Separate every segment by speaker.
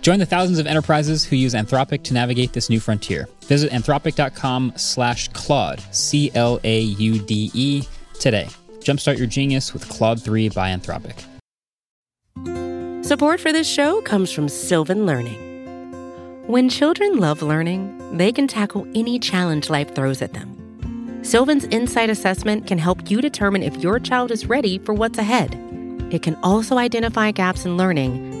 Speaker 1: Join the thousands of enterprises who use Anthropic to navigate this new frontier. Visit anthropic.com slash Claude, C L A U D E, today. Jumpstart your genius with Claude 3 by Anthropic.
Speaker 2: Support for this show comes from Sylvan Learning. When children love learning, they can tackle any challenge life throws at them. Sylvan's Insight Assessment can help you determine if your child is ready for what's ahead. It can also identify gaps in learning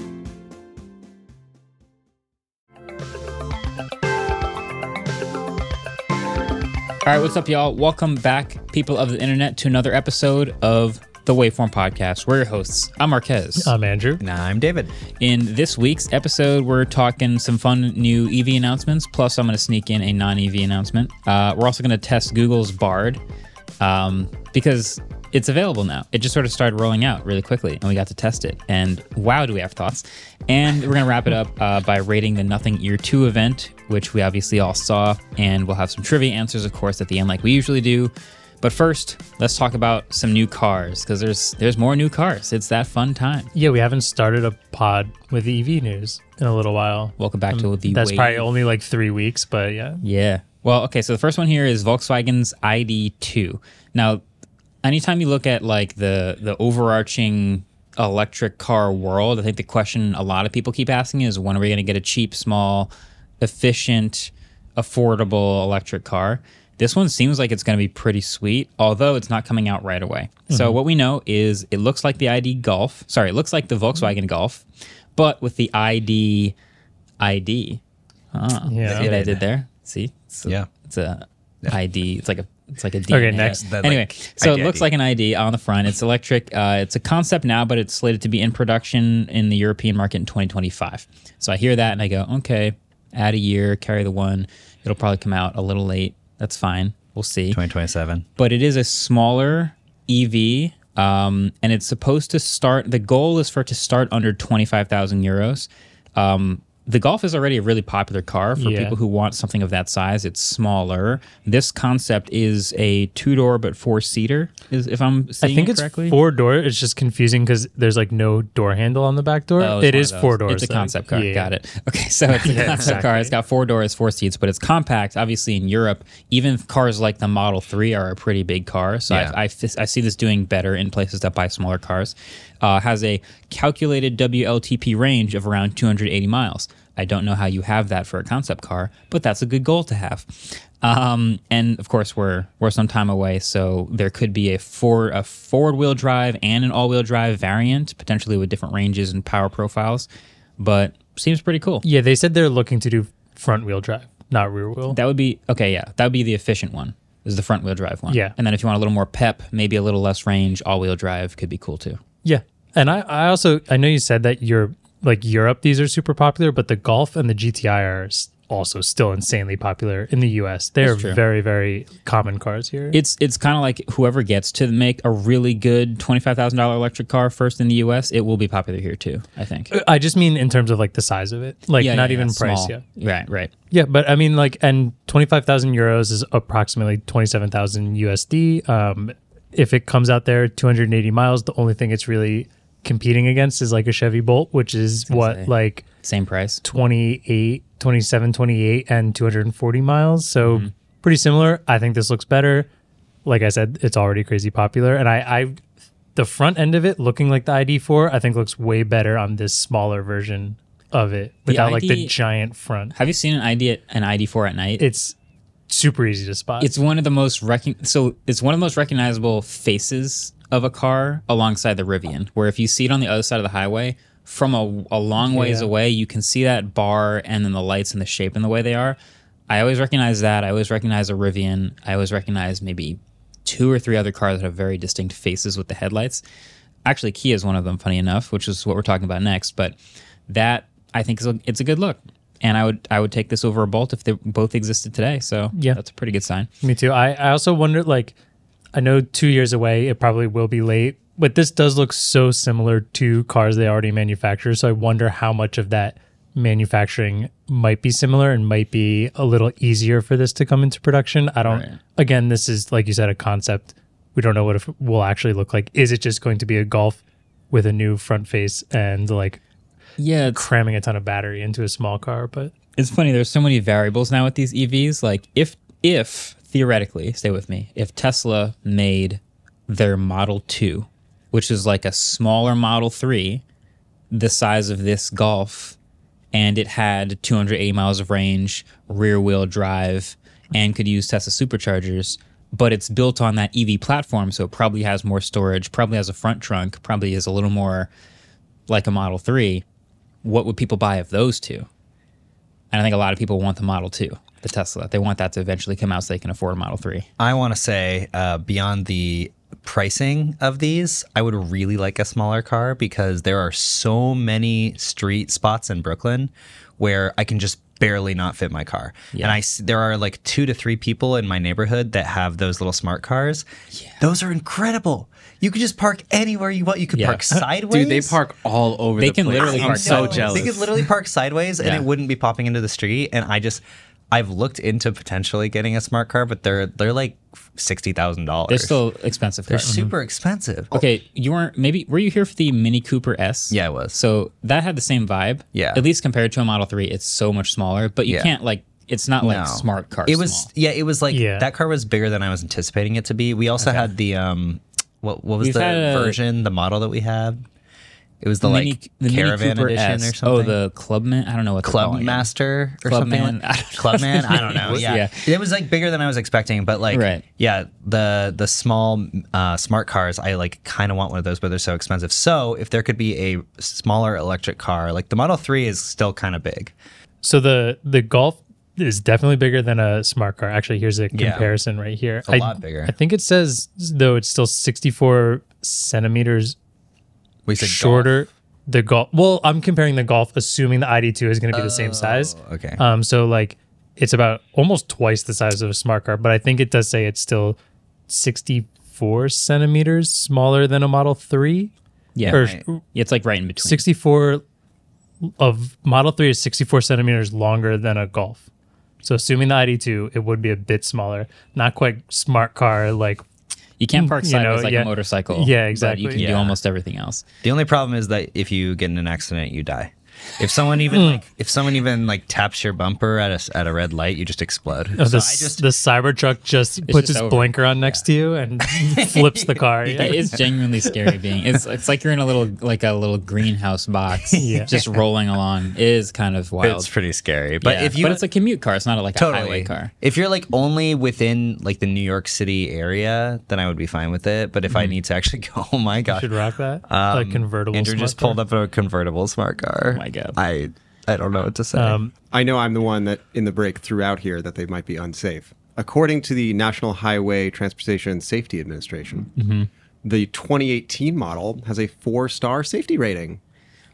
Speaker 1: All right, what's up, y'all? Welcome back, people of the internet, to another episode of the Waveform Podcast. We're your hosts. I'm Marquez.
Speaker 3: I'm Andrew.
Speaker 4: And I'm David.
Speaker 1: In this week's episode, we're talking some fun new EV announcements. Plus, I'm going to sneak in a non EV announcement. Uh, we're also going to test Google's Bard um, because it's available now. It just sort of started rolling out really quickly, and we got to test it. And wow, do we have thoughts! And we're gonna wrap it up uh, by rating the Nothing Year Two event, which we obviously all saw, and we'll have some trivia answers, of course, at the end, like we usually do. But first, let's talk about some new cars because there's there's more new cars. It's that fun time.
Speaker 3: Yeah, we haven't started a pod with EV news in a little while.
Speaker 1: Welcome back to the
Speaker 3: Um, That's
Speaker 1: wave.
Speaker 3: probably only like three weeks, but yeah.
Speaker 1: Yeah. Well, okay. So the first one here is Volkswagen's ID2. Now, anytime you look at like the the overarching electric car world, I think the question a lot of people keep asking is when are we going to get a cheap, small, efficient, affordable electric car? This one seems like it's going to be pretty sweet, although it's not coming out right away. So what we know is it looks like the ID Golf. Sorry, it looks like the Volkswagen Golf, but with the ID ID. Ah,
Speaker 3: Yeah.
Speaker 1: see what I did there? See, it's a,
Speaker 4: Yeah.
Speaker 1: it's a ID. It's like a it's like a DNA.
Speaker 3: Okay, next.
Speaker 4: That, like,
Speaker 1: anyway, so
Speaker 4: ID.
Speaker 1: it looks like an ID on the front. It's electric. Uh, it's a concept now, but it's slated to be in production in the European market in 2025. So I hear that and I go, okay, add a year, carry the one. It'll probably come out a little late. That's fine. We'll see
Speaker 4: 2027.
Speaker 1: but it is a smaller EV, um, and it's supposed to start. The goal is for it to start under twenty five thousand euros. Um, the Golf is already a really popular car for
Speaker 3: Yeah.
Speaker 1: people who want something of that size. It's smaller. This concept is a two door but four seater. Is if I'm
Speaker 3: I
Speaker 1: seeing
Speaker 3: think
Speaker 1: it
Speaker 3: it's
Speaker 1: correctly.
Speaker 3: four door. It's just confusing because there's like no door handle on the back door.
Speaker 1: Oh, it's
Speaker 3: it
Speaker 1: one
Speaker 3: is
Speaker 1: of those.
Speaker 3: four doors.
Speaker 1: It's a
Speaker 3: though.
Speaker 1: concept car.
Speaker 3: Yeah.
Speaker 1: Got it. Okay, so it's a concept car. It's got four doors, four seats, but it's compact. Obviously, in Europe, even cars like the Model Three are a pretty big car. So
Speaker 4: Yeah.
Speaker 1: I, I, f- I see this doing better in places that buy smaller cars. Uh, has a calculated WLTP range of around 280 miles. I don't know how you have that for a concept car, but that's a good goal to have. Um, and of course, we're we're some time away, so there could be a four a forward wheel drive and an all wheel drive variant, potentially with different ranges and power profiles. But seems pretty cool.
Speaker 3: Yeah, they said they're looking to do front wheel drive, not rear wheel.
Speaker 1: That would be okay. Yeah, that would be the efficient one. Is the front wheel drive one.
Speaker 3: Yeah.
Speaker 1: And then if you want a little more pep, maybe a little less range, all wheel drive could be cool too.
Speaker 3: yeah, and I, I also I know you said that you're like Europe. These are super popular, but the Golf and the GTI are s- also still insanely popular in the U.S. They're
Speaker 1: That's true.
Speaker 3: very very common cars here.
Speaker 1: It's it's kind of like whoever gets to make a really good twenty five thousand dollar electric car first in the U.S. It will be popular here too. I think.
Speaker 3: I just mean in terms of like the size of it, like not even price.
Speaker 1: small.
Speaker 3: Yeah,
Speaker 1: Right. Right.
Speaker 3: yeah, but I mean like, and twenty five thousand euros is approximately twenty seven thousand USD. Um, if it comes out there two hundred and eighty miles, the only thing it's really competing against is like a Chevy Bolt, which is what
Speaker 1: insane.
Speaker 3: like
Speaker 1: Same price.
Speaker 3: 28, 27, 28, and 240 miles. So pretty similar. I think this looks better. Like I said, it's already crazy popular. And I, I, the front end of it looking like the ID4, I think looks way better on this smaller version of it without like the
Speaker 1: ID
Speaker 3: giant front.
Speaker 1: Have you seen an ID at, an ID four at night?
Speaker 3: It's super easy to spot.
Speaker 1: it's one of the most recon- so it's one of the most recognizable faces of a car alongside the Rivian, where if you see it on the other side of the highway, from a, a long ways
Speaker 3: Yeah.
Speaker 1: away, you can see that bar and then the lights and the shape and the way they are. I always recognize that. I always recognize a Rivian. I always recognize maybe two or three other cars that have very distinct faces with the headlights. Actually, Kia is one of them, funny enough, which is what we're talking about next. But that I think is a, it's a good look, and I would I would take this over a Bolt if they both existed today. So
Speaker 3: Yeah.
Speaker 1: that's a pretty good sign.
Speaker 3: Me too. I, I also wonder, like, I know two years away, it probably will be late, but this does look so similar to cars they already manufacture. So I wonder how much of that manufacturing might be similar and might be a little easier for this to come into production. I don't,
Speaker 1: Right.
Speaker 3: again, this is, like you said, a concept. We don't know what it will actually look like. Is it just going to be a Golf with a new front face and like
Speaker 1: Yeah, it's,
Speaker 3: cramming a ton of battery into a small car? But
Speaker 1: it's funny. There's so many variables now with these EVs. Like if if theoretically, stay with me, if Tesla made their Model Two, which is like a smaller Model Three, the size of this Golf, and it had 280 miles of range, rear wheel drive, and could use Tesla superchargers. But it's built on that EV platform, so it probably has more storage, probably has a front trunk, probably is a little more like a Model 3. What would people buy of those two? And I think a lot of people want the Model 2, the Tesla. They want that to eventually come out so they can afford a Model 3.
Speaker 4: I want to say, uh, beyond the pricing of these, I would really like a smaller car because there are so many street spots in Brooklyn where I can just barely not fit my car. And I s- there are like two to three people in my neighborhood that have those little smart cars. Those are incredible. You can just park anywhere you want. You could
Speaker 1: Yeah.
Speaker 4: park sideways.
Speaker 5: Dude, they park all over
Speaker 1: They
Speaker 5: the
Speaker 1: can
Speaker 5: place.
Speaker 1: literally
Speaker 5: I'm
Speaker 1: park
Speaker 5: so
Speaker 1: anywhere.
Speaker 5: jealous.
Speaker 4: They could literally park sideways and
Speaker 1: Yeah.
Speaker 4: it wouldn't be popping into the street. And I just, I've looked into potentially getting a smart car, but they're they're like sixty thousand dollars.
Speaker 1: They're still expensive cars.
Speaker 4: super expensive.
Speaker 1: Okay, you weren't maybe were you here for the Mini Cooper S?
Speaker 4: Oh. Yeah, I was.
Speaker 1: So that had the same vibe.
Speaker 4: Yeah.
Speaker 1: At least compared to a Model 3, it's so much smaller, but you
Speaker 4: Yeah.
Speaker 1: can't like it's not like
Speaker 4: No.
Speaker 1: smart car
Speaker 4: It was
Speaker 1: small.
Speaker 4: yeah, it was like
Speaker 3: Yeah.
Speaker 4: that car was bigger than I was anticipating it to be. We also had the um, what what was
Speaker 1: We've
Speaker 4: the
Speaker 1: had a-
Speaker 4: version, the model that we had? It was the like caravan edition or something.
Speaker 1: Oh, the Clubman. I don't know what they're
Speaker 4: Club
Speaker 1: calling it.
Speaker 4: Master or
Speaker 1: Club
Speaker 4: something.
Speaker 1: Man?
Speaker 4: like-
Speaker 1: I don't know.
Speaker 4: Club Man, I don't know. Yeah. it was like bigger than I was expecting, but like,
Speaker 1: Right.
Speaker 4: yeah, the the small uh, smart cars, I like kind of want one of those, but they're so expensive. So if there could be a smaller electric car, like the Model Three is still kind of big.
Speaker 3: So the the Golf is definitely bigger than a smart car. Actually, here's a
Speaker 4: Yeah.
Speaker 3: comparison right here.
Speaker 4: a
Speaker 3: I-
Speaker 4: lot bigger.
Speaker 3: I think it says though it's still 64 centimeters
Speaker 4: We said
Speaker 3: shorter. The Golf. Well, I'm comparing the Golf, assuming the ID2 is going to be the same size.
Speaker 4: Golf. Oh, Okay.
Speaker 1: Uh,
Speaker 3: Um, so like it's about almost twice the size of a smart car, but I think it does say it's still 64 centimeters smaller than a Model Three.
Speaker 1: Yeah.
Speaker 3: or
Speaker 4: right.
Speaker 1: It's like right in between.
Speaker 3: 64 of Model 3 is 64 centimeters longer than a Golf. So assuming the ID2, it would be a bit smaller, not quite smart car like
Speaker 1: You can't park
Speaker 3: You know,
Speaker 1: sideways like
Speaker 3: yeah.
Speaker 1: a motorcycle.
Speaker 3: Yeah,
Speaker 1: But
Speaker 3: exactly.
Speaker 1: you can do
Speaker 4: Yeah.
Speaker 1: almost everything else.
Speaker 4: The only problem is that if you get in an accident, you die. If someone
Speaker 1: Hmm.
Speaker 4: even like if someone even like taps your bumper at a s- at a red light, you just explode.
Speaker 1: Oh,
Speaker 3: the,
Speaker 4: So I
Speaker 3: the Cybertruck just puts
Speaker 1: just
Speaker 3: its
Speaker 1: over.
Speaker 3: blinker on next to you and flips the car. Yeah.
Speaker 1: It is genuinely scary being. It's it's like you're in a little like a little greenhouse box,
Speaker 3: Yeah.
Speaker 1: just rolling along. It is kind of wild.
Speaker 4: it's pretty scary. But
Speaker 1: Yeah.
Speaker 4: if you
Speaker 1: but it's a commute car. It's not like a highway car.
Speaker 4: If you're like only within like the New York City area, then I would be fine with it. But if I need to actually go, oh my god,
Speaker 3: Mm-hmm. Should rock that. a convertible.
Speaker 4: Andrew
Speaker 3: smart
Speaker 4: just
Speaker 3: car.
Speaker 4: pulled up a convertible smart car. Oh
Speaker 1: my God.
Speaker 4: I I don't know what to say.
Speaker 3: Um,
Speaker 6: I know I'm the one that in the break threw out here that they might be unsafe. According to the National Highway Transportation Safety Administration, the 2018 model has a four star safety rating,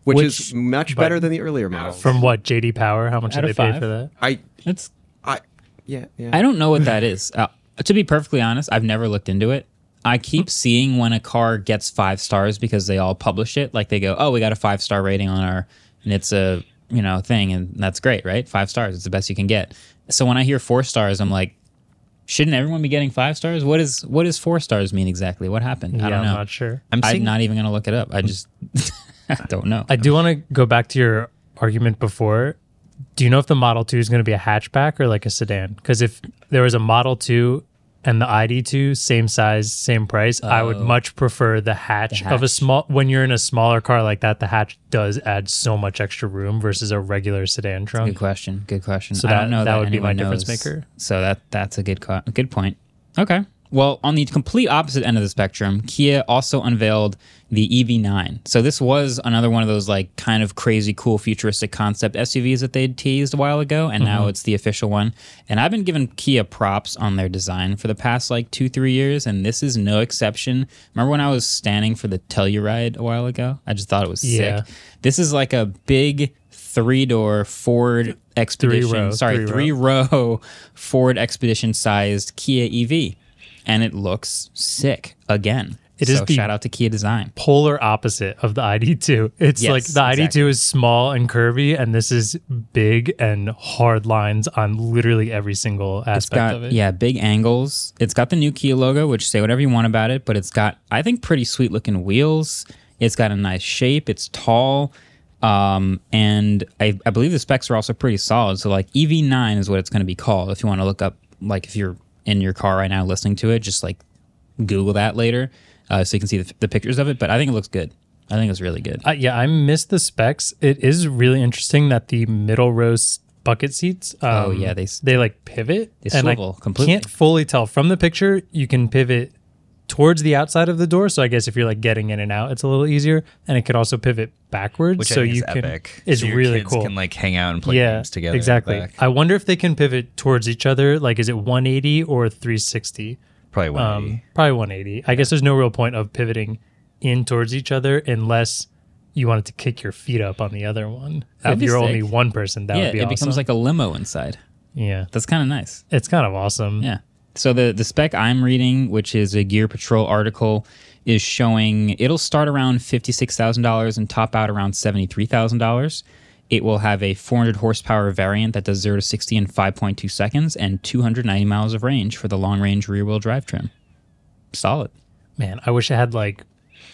Speaker 6: which,
Speaker 1: Which-
Speaker 6: is much better than the earlier model.
Speaker 3: from what JD Power? How much
Speaker 1: Out
Speaker 3: did they
Speaker 1: of
Speaker 3: pay
Speaker 1: five.
Speaker 3: for that?
Speaker 6: I,
Speaker 1: It's
Speaker 6: I, yeah, yeah.
Speaker 1: I don't know what that is. Uh, to be perfectly honest, I've never looked into it. I keep seeing when a car gets five stars because they all publish it. Like they go, "Oh, we got a five star rating on our," and it's a you know thing, and that's great, right? Five stars, it's the best you can get. So when I hear four stars, I'm like, shouldn't everyone be getting five stars? What is what does four stars mean exactly? What happened? I
Speaker 3: yeah,
Speaker 1: don't know.
Speaker 3: I'm not sure.
Speaker 1: I'm,
Speaker 4: seeing-
Speaker 1: not even gonna look it up. I just don't know.
Speaker 3: I do want to go back to your argument before. Do you know if the Model 2 is going to be a hatchback or like a sedan? Because if there was a Model 2 and the ID2, same size, same price, I would much prefer the hatch, of a
Speaker 1: Oh. hatch.
Speaker 3: small. When you're in a smaller car like that, the hatch does add so much extra room versus a regular sedan trunk.
Speaker 1: Good question. Good question.
Speaker 3: So
Speaker 1: I
Speaker 3: that-
Speaker 1: don't know
Speaker 3: that would be my
Speaker 1: anyone
Speaker 3: difference
Speaker 1: knows.
Speaker 3: maker.
Speaker 1: So that that's a good co- good point. Okay. Well, on the complete opposite end of the spectrum, Kia also unveiled the EV9. So this was another one of those like kind of crazy cool futuristic concept SUVs that they'd teased a while ago and
Speaker 3: Mm-hmm.
Speaker 1: now it's the official one. And I've been giving Kia props on their design for the past like 2-3 years and this is no exception. Remember when I was standing for the Telluride a while ago? I just thought it was
Speaker 3: Yeah.
Speaker 1: sick. This is like a big three-door Ford Expedition,
Speaker 3: row,
Speaker 1: sorry,
Speaker 3: three row.
Speaker 1: three row Ford Expedition sized Kia EV, and it looks sick again.
Speaker 3: It
Speaker 1: so
Speaker 3: is the-
Speaker 1: shout out to Kia Design.
Speaker 3: polar opposite of the ID2. It's
Speaker 1: Yes,
Speaker 3: like the
Speaker 1: exactly.
Speaker 3: ID2 is small and curvy, and this is big and hard lines on literally every single
Speaker 1: It's
Speaker 3: aspect of
Speaker 1: got
Speaker 3: it.
Speaker 1: yeah, big angles. It's got the new Kia logo, which say whatever you want about it, but it's got I think pretty sweet looking wheels. It's got a nice shape. It's tall. Um, and I, I believe the specs are also pretty solid. So like EV9 is what it's going to be called. If you want to look up, like if you're in your car right now listening to it, just like Google that later, uh, so you can see the, the pictures of it. But I think it looks good. I think it's really good.
Speaker 3: Uh, yeah, I missed the specs. It is really interesting that the middle row s- bucket seats. Um,
Speaker 1: Oh, yeah, they s-
Speaker 3: they like pivot.
Speaker 1: They
Speaker 3: I
Speaker 1: swivel completely.
Speaker 3: Can't fully tell from the picture. You can pivot towards the outside of the door. So I guess if you're like getting in and out, it's a little easier. And it could also pivot backwards.
Speaker 4: Which
Speaker 3: so
Speaker 4: I think
Speaker 3: you
Speaker 4: is
Speaker 3: can.
Speaker 4: epic.
Speaker 3: It's
Speaker 4: So your
Speaker 3: really
Speaker 4: kids
Speaker 3: cool.
Speaker 4: Can like hang out and play games together. in the
Speaker 3: Exactly.
Speaker 4: back.
Speaker 3: I wonder if they can pivot towards each other. Like, is it 180 or 360?
Speaker 4: Probably one.
Speaker 3: Um, probably 180. I guess there's no real point of pivoting in towards each other unless you wanted to kick your feet up on the other one.
Speaker 1: That'd
Speaker 3: if
Speaker 1: be
Speaker 3: you're only
Speaker 1: sick.
Speaker 3: one person, that
Speaker 1: yeah,
Speaker 3: would be
Speaker 1: it
Speaker 3: awesome.
Speaker 1: becomes like a limo inside.
Speaker 3: yeah,
Speaker 1: That's kind of nice.
Speaker 3: it's kind of awesome.
Speaker 1: Yeah. So the the spec I'm reading, which is a Gear Patrol article, is showing it'll start around fifty six thousand dollars and top out around seventy three thousand dollars. It will have a 400 horsepower variant that does 0 to 60 in 5.2 seconds and 290 miles of range for the long range rear wheel drive trim. Solid.
Speaker 3: Man, I wish it had like.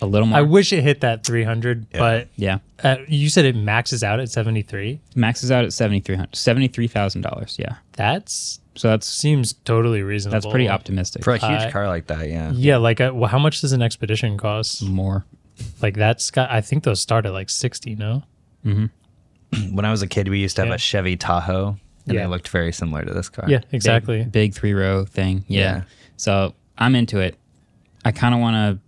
Speaker 1: A little more.
Speaker 3: I wish it hit that 300, but
Speaker 1: yeah.
Speaker 3: uh, you said it maxes out at 73.
Speaker 1: Maxes out at $7,300 $73,000. Yeah.
Speaker 3: That's
Speaker 1: So that's
Speaker 3: seems totally reasonable.
Speaker 1: that's pretty optimistic.
Speaker 4: For a huge
Speaker 3: I-
Speaker 4: car like that, yeah.
Speaker 3: Yeah, like uh, well, how much does an expedition cost?
Speaker 1: More.
Speaker 3: Like that's got. I think those start at like 60. No.
Speaker 4: When I was a kid, we used to have
Speaker 3: Yeah.
Speaker 4: a Chevy Tahoe, and
Speaker 3: Yeah.
Speaker 4: it looked very similar to this car.
Speaker 3: Yeah, exactly.
Speaker 1: Big, three row thing. Yeah.
Speaker 4: Yeah.
Speaker 1: So I'm into it. I kind of want to,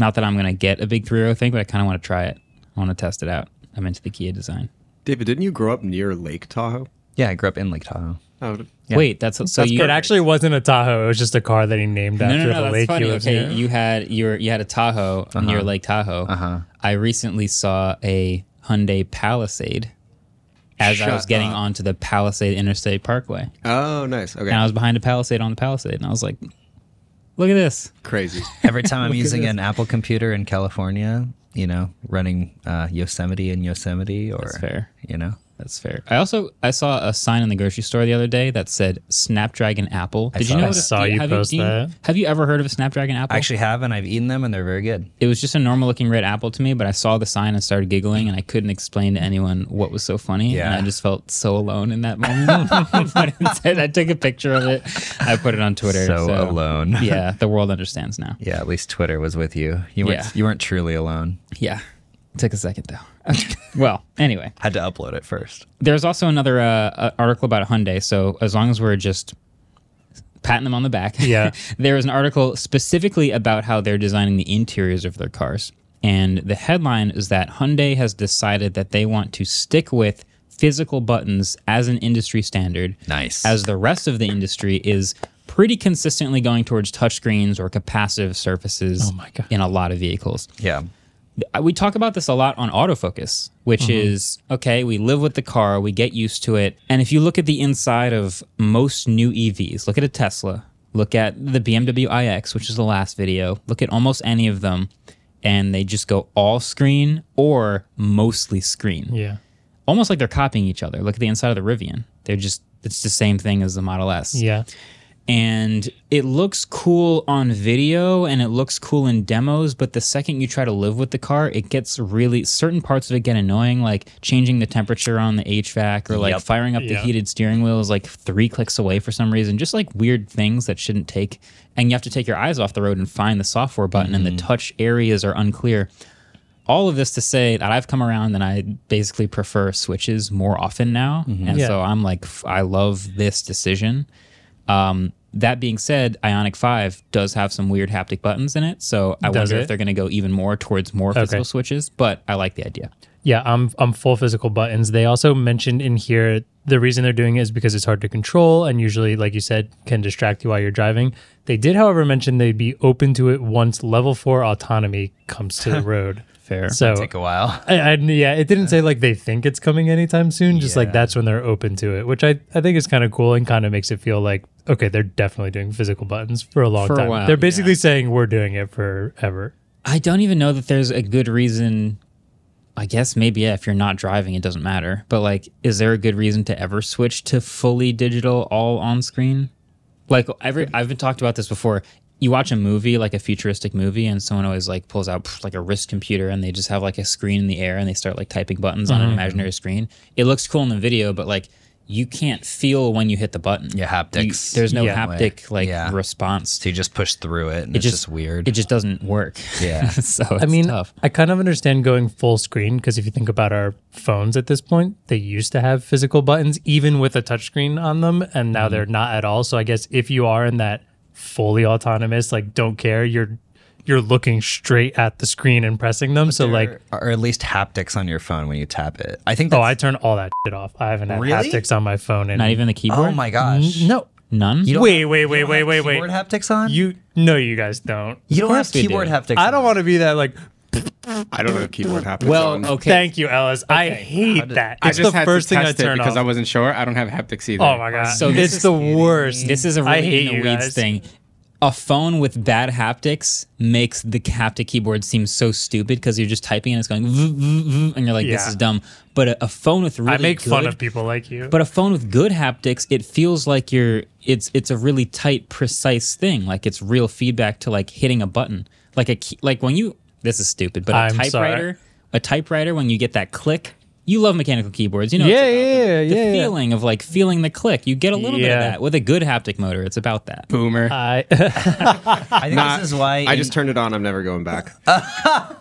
Speaker 1: not that I'm going to get a big three row thing, but I kind of want to try it. I want to test it out. I'm into the Kia design.
Speaker 6: David, didn't you grow up near Lake Tahoe?
Speaker 4: Yeah, I grew up in Lake Tahoe.
Speaker 6: Oh,
Speaker 4: Yeah.
Speaker 1: Wait, that's so you.
Speaker 3: It actually wasn't a Tahoe. It was just a car that he named
Speaker 1: no,
Speaker 3: after
Speaker 1: no, no,
Speaker 3: the
Speaker 1: that's
Speaker 3: lake.
Speaker 1: funny.
Speaker 3: he was
Speaker 1: Okay,
Speaker 3: in.
Speaker 1: you had you were, you had a Tahoe near Lake Tahoe. Uh-huh. I recently saw a Hyundai Palisade as I
Speaker 6: Shut
Speaker 1: was getting
Speaker 6: up.
Speaker 1: onto the Palisade Interstate Parkway,
Speaker 6: oh nice. Okay,
Speaker 1: and I was behind a Palisade on the Palisade, and I was like, "Look at this!
Speaker 6: crazy.
Speaker 4: Every time I'm using an Apple computer in California, you know, running uh, Yosemite in Yosemite, or
Speaker 1: That's fair.
Speaker 4: you know,
Speaker 1: That's fair. I also I saw a sign in the grocery store the other day that said Snapdragon apple. Did
Speaker 4: saw
Speaker 1: you
Speaker 4: that.
Speaker 1: know?
Speaker 4: I
Speaker 1: what a-
Speaker 3: saw you
Speaker 1: have
Speaker 3: post
Speaker 1: do
Speaker 3: that.
Speaker 1: Have you ever heard of a Snapdragon apple?
Speaker 4: I actually have, and I've eaten them, and they're very good.
Speaker 1: it was just a normal looking red apple to me, but I saw the sign and started giggling, and I couldn't explain to anyone what was so funny. and
Speaker 4: Yeah.
Speaker 1: I just felt so alone in that moment. but instead, I took a picture of it. I put it on Twitter.
Speaker 4: so, alone.
Speaker 1: yeah, the world understands now.
Speaker 4: Yeah, at least Twitter was with you. You weren't
Speaker 1: Yeah.
Speaker 4: you weren't truly alone.
Speaker 1: Yeah, took a second though. well, anyway.
Speaker 4: Had to upload it first.
Speaker 1: there's also another uh, uh, article about Hyundai. So as long as we're just patting them on the back,
Speaker 3: Yeah.
Speaker 1: there was an article specifically about how they're designing the interiors of their cars, and the headline is that Hyundai has decided that they want to stick with physical buttons as an industry standard.
Speaker 4: Nice.
Speaker 1: As the rest of the industry is pretty consistently going towards touchscreens or capacitive surfaces
Speaker 3: Oh my God.
Speaker 1: in a lot of vehicles
Speaker 4: Yeah.
Speaker 1: I- we talk about this a lot on autofocus, which
Speaker 3: Mm-hmm.
Speaker 1: is okay, we live with the car, we get used to it. And if you look at the inside of most new EVs, look at a Tesla, look at the BMW iX, which is the last video, look at almost any of them, and they just go all screen or mostly screen.
Speaker 3: yeah,
Speaker 1: Almost like they're copying each other. Look at the inside of the Rivian. They're just, it's the same thing as the Model S
Speaker 3: yeah.
Speaker 1: and it looks cool on video and it looks cool in demos but the second you try to live with the car it gets really certain parts of it get annoying like changing the temperature on the hvac or like
Speaker 4: Yep.
Speaker 1: firing up the
Speaker 3: Yeah.
Speaker 1: heated steering wheel is like three clicks away for some reason just like weird things that shouldn't take and you have to take your eyes off the road and find the software button and the touch areas are unclear all of this to say that I've come around and I basically prefer switches more often now. And
Speaker 3: Mm-hmm. Yeah.
Speaker 1: so I'm like, f- I love this decision. Um, That being said, Ionic 5 does have some weird haptic buttons in it, so I
Speaker 3: Does
Speaker 1: wonder
Speaker 3: it?
Speaker 1: if they're going to go even more towards more physical switches, but I like the idea.
Speaker 3: Yeah, I'm I'm full physical buttons. They also mentioned in here the reason they're doing it is because it's hard to control and usually, like you said, can distract you while you're driving. They did, however, mention they'd be open to it once level four autonomy comes to the road.
Speaker 1: Fair.
Speaker 3: So
Speaker 4: Take a while.
Speaker 3: I, I- yeah, it didn't say like they think it's coming anytime soon. Just like
Speaker 4: Yeah.
Speaker 3: that's when they're open to it, which I, I think is kind of cool and kind of makes it feel like okay, they're definitely doing physical buttons for a long
Speaker 1: For a
Speaker 3: time.
Speaker 1: while,
Speaker 3: they're basically saying we're doing it forever.
Speaker 1: I don't even know that there's a good reason. I guess maybe yeah, if you're not driving, it doesn't matter. But like, is there a good reason to ever switch to fully digital, all on screen? Like every, I've been talked about this before. You watch a movie, like a futuristic movie, and someone always like pulls out pff, like a wrist computer, and they just have like a screen in the air, and they start like typing buttons
Speaker 4: Mm-hmm.
Speaker 1: on an imaginary screen. It looks cool in the video, but like you can't feel when you hit the button.
Speaker 4: Yeah, haptics.
Speaker 1: there's no
Speaker 3: Yeah.
Speaker 1: haptic like
Speaker 4: Yeah.
Speaker 1: response.
Speaker 4: So you just push through it, and it's just, weird.
Speaker 1: It just doesn't work.
Speaker 4: yeah.
Speaker 1: so it's
Speaker 3: I mean,
Speaker 1: tough.
Speaker 3: I kind of understand going full screen because if you think about our phones at this point, they used to have physical buttons even with a touchscreen on them, and
Speaker 1: Mm-hmm.
Speaker 3: now they're not at all. So I guess if you are in that fully autonomous, like don't care, you're you're looking straight at the screen and pressing them. so like,
Speaker 4: or, or at least haptics on your phone when you tap it. I think.
Speaker 3: oh, I
Speaker 4: that's-
Speaker 3: turn all that shit off. I haven't had
Speaker 4: Really?
Speaker 3: haptics on my phone, and
Speaker 1: Not even the keyboard.
Speaker 4: Oh my gosh.
Speaker 3: no.
Speaker 1: None.
Speaker 4: You don't
Speaker 3: Wait,
Speaker 4: have-
Speaker 3: wait,
Speaker 4: you
Speaker 3: wait,
Speaker 4: don't
Speaker 3: wait,
Speaker 4: have
Speaker 3: wait, wait.
Speaker 4: Keyboard haptics on?
Speaker 3: You no, you guys don't.
Speaker 4: you don't have
Speaker 1: course we do.
Speaker 4: keyboard haptics.
Speaker 3: I don't want to be that like.
Speaker 6: I don't know if keyboard happens. on.
Speaker 1: well, okay.
Speaker 3: Thank you, Ellis. I hate that. It's the first thing I
Speaker 5: test it
Speaker 3: turn
Speaker 5: because
Speaker 3: off.
Speaker 5: I wasn't sure. I don't have haptics either.
Speaker 3: Oh my god!
Speaker 1: So this
Speaker 3: it's
Speaker 1: is
Speaker 3: the worst.
Speaker 1: this is a
Speaker 3: I
Speaker 1: really
Speaker 3: hate
Speaker 1: in
Speaker 3: you
Speaker 1: the weeds
Speaker 3: guys.
Speaker 1: thing. A phone with bad haptics makes the haptic keyboard seem so stupid because you're just typing and it's going, vroom, vroom, vroom, and you're like, this
Speaker 3: Yeah.
Speaker 1: is dumb. But a, a phone with really
Speaker 3: I make
Speaker 1: good,
Speaker 3: fun of people like you.
Speaker 1: But a phone with good haptics, it feels like you're it's it's a really tight, precise thing. Like it's real feedback to like hitting a button. Like a key, like when you this is stupid, but a
Speaker 3: I'm sorry.
Speaker 1: typewriter, a typewriter when you get that click. You love mechanical keyboards, you know.
Speaker 3: Yeah,
Speaker 1: it's about
Speaker 3: yeah,
Speaker 1: the,
Speaker 3: yeah,
Speaker 1: The
Speaker 3: yeah.
Speaker 1: feeling of like feeling the click. You get a little bit
Speaker 3: Yeah.
Speaker 1: of that with a good haptic motor. It's about that.
Speaker 5: Boomer.
Speaker 3: I
Speaker 4: I think
Speaker 6: Nah,
Speaker 4: this is why.
Speaker 6: I
Speaker 4: in-
Speaker 6: just turned it on. I'm never going back.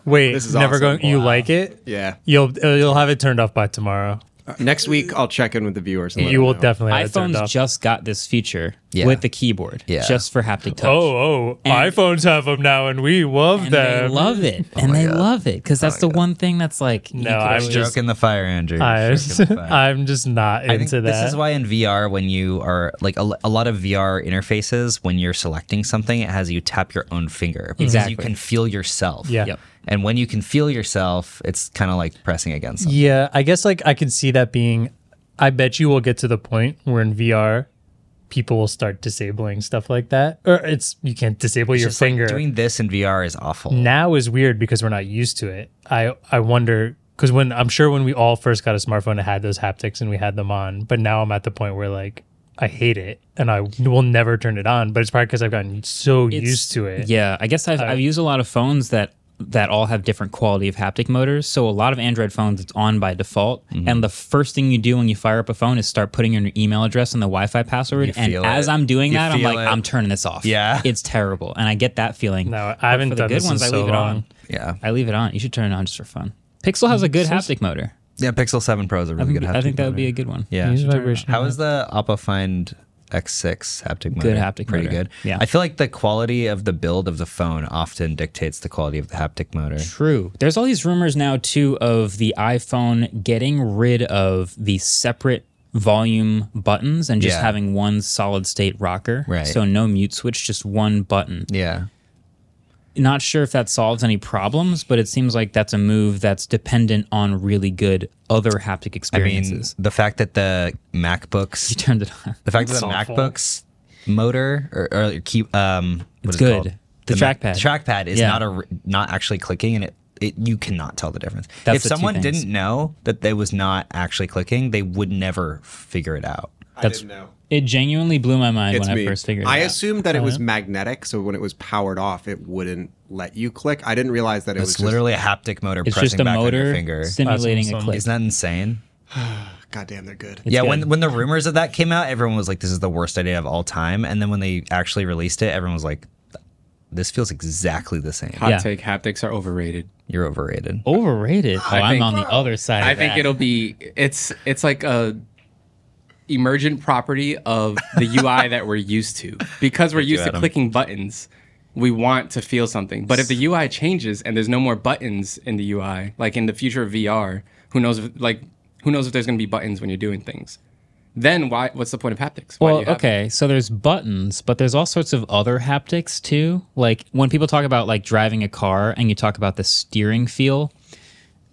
Speaker 3: wait.
Speaker 6: This is
Speaker 3: never
Speaker 6: awesome.
Speaker 3: going. You like it?
Speaker 6: yeah.
Speaker 3: You'll uh, you'll have it turned off by tomorrow.
Speaker 6: Next week, I'll check in with the viewers. And let
Speaker 3: you
Speaker 6: them
Speaker 3: will
Speaker 6: know.
Speaker 3: definitely have it turned
Speaker 1: iPhones
Speaker 3: off.
Speaker 1: just got this feature
Speaker 4: Yeah.
Speaker 1: with the keyboard,
Speaker 4: Yeah.
Speaker 1: just for haptic touch.
Speaker 3: oh oh!
Speaker 1: And-
Speaker 3: iPhones have them now, and we love
Speaker 1: and they
Speaker 3: them.
Speaker 1: love it,
Speaker 4: Oh
Speaker 1: and they love it because that's the one thing that's like you
Speaker 3: No,
Speaker 1: could
Speaker 3: I'm
Speaker 1: always-
Speaker 3: just-
Speaker 4: Stroking the fire, Andrew.
Speaker 3: I,
Speaker 4: Stroking the fire.
Speaker 3: I'm just not into
Speaker 4: I think
Speaker 3: that.
Speaker 4: this is why in VR, when you are like a, a lot of VR interfaces, when you're selecting something, it has you tap your own finger because
Speaker 1: Exactly.
Speaker 4: you can feel yourself.
Speaker 3: Yeah.
Speaker 1: Yep.
Speaker 4: And when you can feel yourself, it's kind of like pressing against something.
Speaker 3: Yeah, I guess like I can see that being. I bet you will get to the point where in VR, people will start disabling stuff like that, or it's you can't disable your
Speaker 4: Just, like,
Speaker 3: finger.
Speaker 4: doing this in VR is awful.
Speaker 3: now is weird because we're not used to it. I I wonder because when I'm sure when we all first got a smartphone, it had those haptics and we had them on. But now I'm at the point where like I hate it and I will never turn it on. But it's probably because I've gotten so
Speaker 1: It's-
Speaker 3: used to it.
Speaker 1: Yeah, I guess I've,
Speaker 4: Uh,
Speaker 1: I've used a lot of phones that that all have different quality of haptic motors. So a lot of Android phones, it's on by default.
Speaker 4: Mm-hmm.
Speaker 1: And the first thing you do when you fire up a phone is start putting in your email address and the Wi-Fi password.
Speaker 4: You
Speaker 1: and
Speaker 4: feel
Speaker 1: as
Speaker 4: it.
Speaker 1: I'm doing
Speaker 4: You
Speaker 1: that, I'm
Speaker 4: feel
Speaker 1: like,
Speaker 4: it.
Speaker 1: I'm turning this off.
Speaker 4: Yeah.
Speaker 1: it's terrible, and I get that feeling.
Speaker 3: No, I
Speaker 1: But
Speaker 3: haven't
Speaker 1: for the
Speaker 3: done
Speaker 1: good
Speaker 3: this in
Speaker 1: ones. I
Speaker 3: so
Speaker 1: leave it
Speaker 3: long.
Speaker 1: on.
Speaker 4: Yeah.
Speaker 1: I leave it on. You should turn it on just for fun. Pixel has a good haptic motor.
Speaker 4: Yeah. Pixel 7 Pro is
Speaker 1: I
Speaker 4: a really
Speaker 1: think,
Speaker 4: good haptic.
Speaker 1: I think that would
Speaker 4: motor.
Speaker 1: be a good one.
Speaker 4: Yeah.
Speaker 3: Use vibration.
Speaker 4: How is the Oppo Find X6 haptic motor?
Speaker 1: Good haptic
Speaker 4: Pretty
Speaker 1: motor.
Speaker 4: good.
Speaker 1: Yeah.
Speaker 4: I feel like the quality of the build of the phone often dictates the quality of the haptic motor.
Speaker 1: True. There's all these rumors now too of the iPhone getting rid of the separate volume buttons and just
Speaker 4: Yeah.
Speaker 1: having one solid state rocker.
Speaker 4: Right.
Speaker 1: So no mute switch, just one button.
Speaker 4: Yeah.
Speaker 1: Not sure if that solves any problems, but it seems like that's a move that's dependent on really good other haptic
Speaker 4: I mean,
Speaker 1: experiences.
Speaker 4: the fact that the
Speaker 1: you
Speaker 4: MacBooks
Speaker 1: turned it on.
Speaker 4: The fact that
Speaker 3: It's
Speaker 4: the
Speaker 3: awful.
Speaker 4: MacBook's motor or, or key, um,
Speaker 1: It's
Speaker 4: what is it
Speaker 1: good.
Speaker 4: called?
Speaker 1: The
Speaker 4: Mac-
Speaker 1: trackpad.
Speaker 4: the trackpad is
Speaker 1: Yeah.
Speaker 4: not a r- not actually clicking, and it, it you cannot tell the difference.
Speaker 1: That's
Speaker 4: if
Speaker 1: the two
Speaker 4: someone
Speaker 1: things.
Speaker 4: didn't know that they was not actually clicking, they would never figure it out.
Speaker 6: I
Speaker 1: That's-
Speaker 6: didn't know.
Speaker 1: It genuinely blew my mind
Speaker 6: It's
Speaker 1: when
Speaker 6: me.
Speaker 1: I first figured it
Speaker 6: I
Speaker 1: out. Uh-huh.
Speaker 6: assumed that it was magnetic, so when it was powered off, it wouldn't let you click. I didn't realize that it was
Speaker 4: It's
Speaker 6: just-
Speaker 4: literally a haptic motor
Speaker 1: it's
Speaker 4: pressing
Speaker 1: just a
Speaker 4: back on your
Speaker 1: motor
Speaker 4: finger.
Speaker 1: simulating a
Speaker 3: awesome.
Speaker 1: click.
Speaker 4: Isn't that insane?
Speaker 6: Goddamn, they're good.
Speaker 4: yeah,
Speaker 1: good.
Speaker 4: when when the rumors of that came out, everyone was like, "This is the worst idea of all time," and then when they actually released it, everyone was like. This feels exactly the same.
Speaker 5: Hot
Speaker 1: Yeah.
Speaker 5: take: haptics are overrated.
Speaker 4: You're overrated.
Speaker 1: Overrated. Oh, I am
Speaker 5: think-
Speaker 1: on the other side.
Speaker 5: I
Speaker 1: of
Speaker 5: think
Speaker 1: that.
Speaker 5: it'll be it's it's like a emergent property of the UI that we're used to. Because we're used to
Speaker 4: Adam.
Speaker 5: clicking buttons, we want to feel something. But if the UI changes and there's no more buttons in the UI, like in the future of VR, who knows if like who knows if there's going to be buttons when you're doing things? Then why? What's the point of haptics? Why do
Speaker 1: Well,
Speaker 5: you have it?
Speaker 1: okay, so there's buttons, but there's all sorts of other haptics too. Like when people talk about like driving a car and you talk about the steering feel,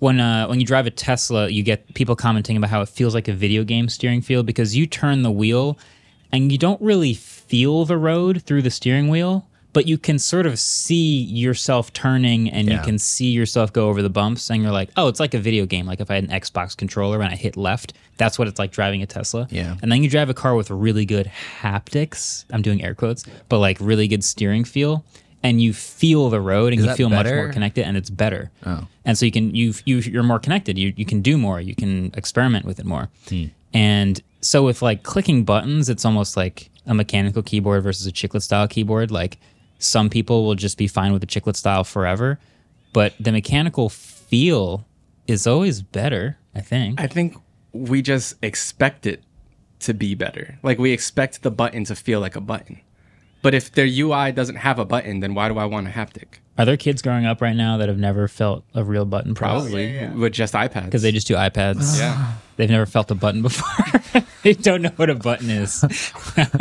Speaker 1: when uh, when you drive a Tesla, you get people commenting about how it feels like a video game steering feel because you turn the wheel and you don't really feel the road through the steering wheel, but you can sort of see yourself turning and you
Speaker 4: Yeah.
Speaker 1: can see yourself go over the bumps and you're like, oh, it's like a video game. Like if I had an Xbox controller and I hit left, that's what it's like driving a Tesla.
Speaker 4: Yeah.
Speaker 1: And then you drive a car with really good haptics. I'm doing air quotes, but like really good steering feel. And you feel the road and you
Speaker 4: that
Speaker 1: feel much more
Speaker 4: better?
Speaker 1: connected and it's better. Oh. And so you can you you you're more connected. You you can do more. You can experiment with it more.
Speaker 5: Hmm.
Speaker 1: And so with like clicking buttons, it's almost like a mechanical keyboard versus a chiclet style keyboard. Like some people will just be fine with the chiclet style forever, but the mechanical feel is always better, I think.
Speaker 5: I think we just expect it to be better. Like we expect the button to feel like a button. But if their UI doesn't have a button, then why do I want a haptic?
Speaker 1: Are there kids growing up right now that have never felt a real button?
Speaker 5: Probably with just iPads.
Speaker 1: because they just do iPads.
Speaker 5: yeah.
Speaker 1: They've never felt a button before. they don't know what a button is.
Speaker 3: They
Speaker 4: Take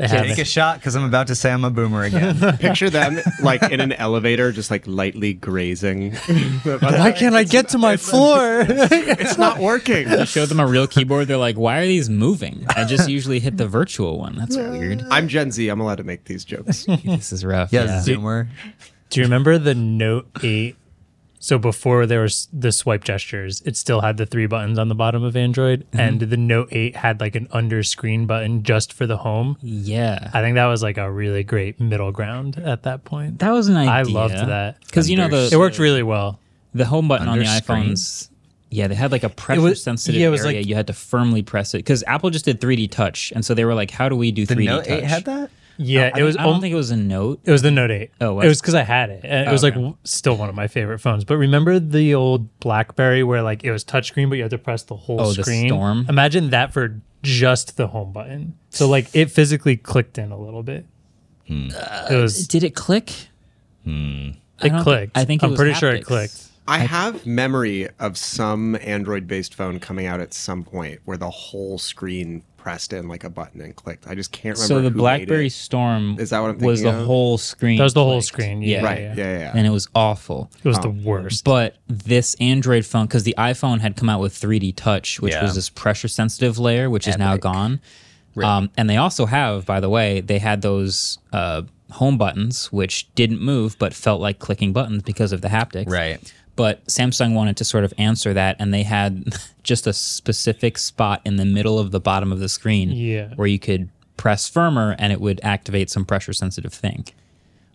Speaker 4: a
Speaker 3: haven't.
Speaker 4: shot because I'm about to say I'm a boomer again.
Speaker 6: Picture them like in an elevator, just like lightly grazing.
Speaker 3: Why can't I get to my floor?
Speaker 6: it's not working.
Speaker 1: Show them a real keyboard. They're like, why are these moving? I just usually hit the virtual one. That's weird.
Speaker 6: I'm Gen Z. I'm allowed to make these jokes.
Speaker 1: This is rough.
Speaker 4: yeah,
Speaker 1: yeah.
Speaker 4: Zoomer.
Speaker 3: Do you remember the Note 8? So before there was the swipe gestures, it still had the three buttons on the bottom of Android,
Speaker 1: Mm-hmm.
Speaker 3: and the Note 8 had like an under-screen button just for the home.
Speaker 1: Yeah.
Speaker 3: I think that was like a really great middle ground at that point.
Speaker 1: That was an idea.
Speaker 3: I loved that.
Speaker 1: because you know
Speaker 3: it
Speaker 1: the
Speaker 3: worked really well.
Speaker 1: the home button on the
Speaker 4: Under screen?
Speaker 1: iPhones. Yeah, they had like a pressure sensitive
Speaker 3: yeah, it was
Speaker 1: area.
Speaker 3: like-
Speaker 1: you had to firmly press it because Apple just did 3D touch, and so they were like, "How do we do 3D
Speaker 4: Note
Speaker 1: touch?"
Speaker 4: 8 had that?
Speaker 3: Yeah,
Speaker 1: I
Speaker 3: it was.
Speaker 1: I don't
Speaker 3: om-
Speaker 1: think it was a Note.
Speaker 3: It was the Note 8.
Speaker 1: Oh, what? Oh,
Speaker 3: it was because I had it. And It was like w- still one of my favorite phones. But remember the old BlackBerry where like it was touchscreen, but you had to press the whole
Speaker 1: Oh, the
Speaker 3: screen.
Speaker 1: Storm?
Speaker 3: Imagine that for just the home button. So like it physically clicked in a little bit.
Speaker 1: Hmm.
Speaker 3: It was.
Speaker 1: Did it click? Uh, I
Speaker 3: It
Speaker 1: don't-
Speaker 3: clicked.
Speaker 1: I think it
Speaker 3: I'm
Speaker 1: was
Speaker 3: pretty sure
Speaker 1: haptics.
Speaker 3: it clicked.
Speaker 6: I have memory of some Android-based phone coming out at some point where the whole screen pressed in like a button and clicked. I just can't remember.
Speaker 1: So the
Speaker 6: who made
Speaker 1: BlackBerry
Speaker 6: it.
Speaker 1: Storm
Speaker 6: Is that what I'm
Speaker 1: was the
Speaker 6: thinking of?
Speaker 1: whole screen.
Speaker 3: That was the whole
Speaker 1: clicked.
Speaker 3: screen, yeah,
Speaker 6: right? Yeah, yeah. yeah.
Speaker 1: And it was awful.
Speaker 3: It was the worst.
Speaker 1: But this Android phone, because the iPhone had come out with 3D Touch, which
Speaker 4: Yeah.
Speaker 1: was this pressure sensitive layer, which is now gone. Um, and they also have, by the way, they had those uh, home buttons, which didn't move but felt like clicking buttons because of the haptics.
Speaker 4: Right.
Speaker 1: But Samsung wanted to sort of answer that, and they had just a specific spot in the middle of the bottom of the screen
Speaker 3: Yeah.
Speaker 1: where you could press firmer and it would activate some pressure sensitive thing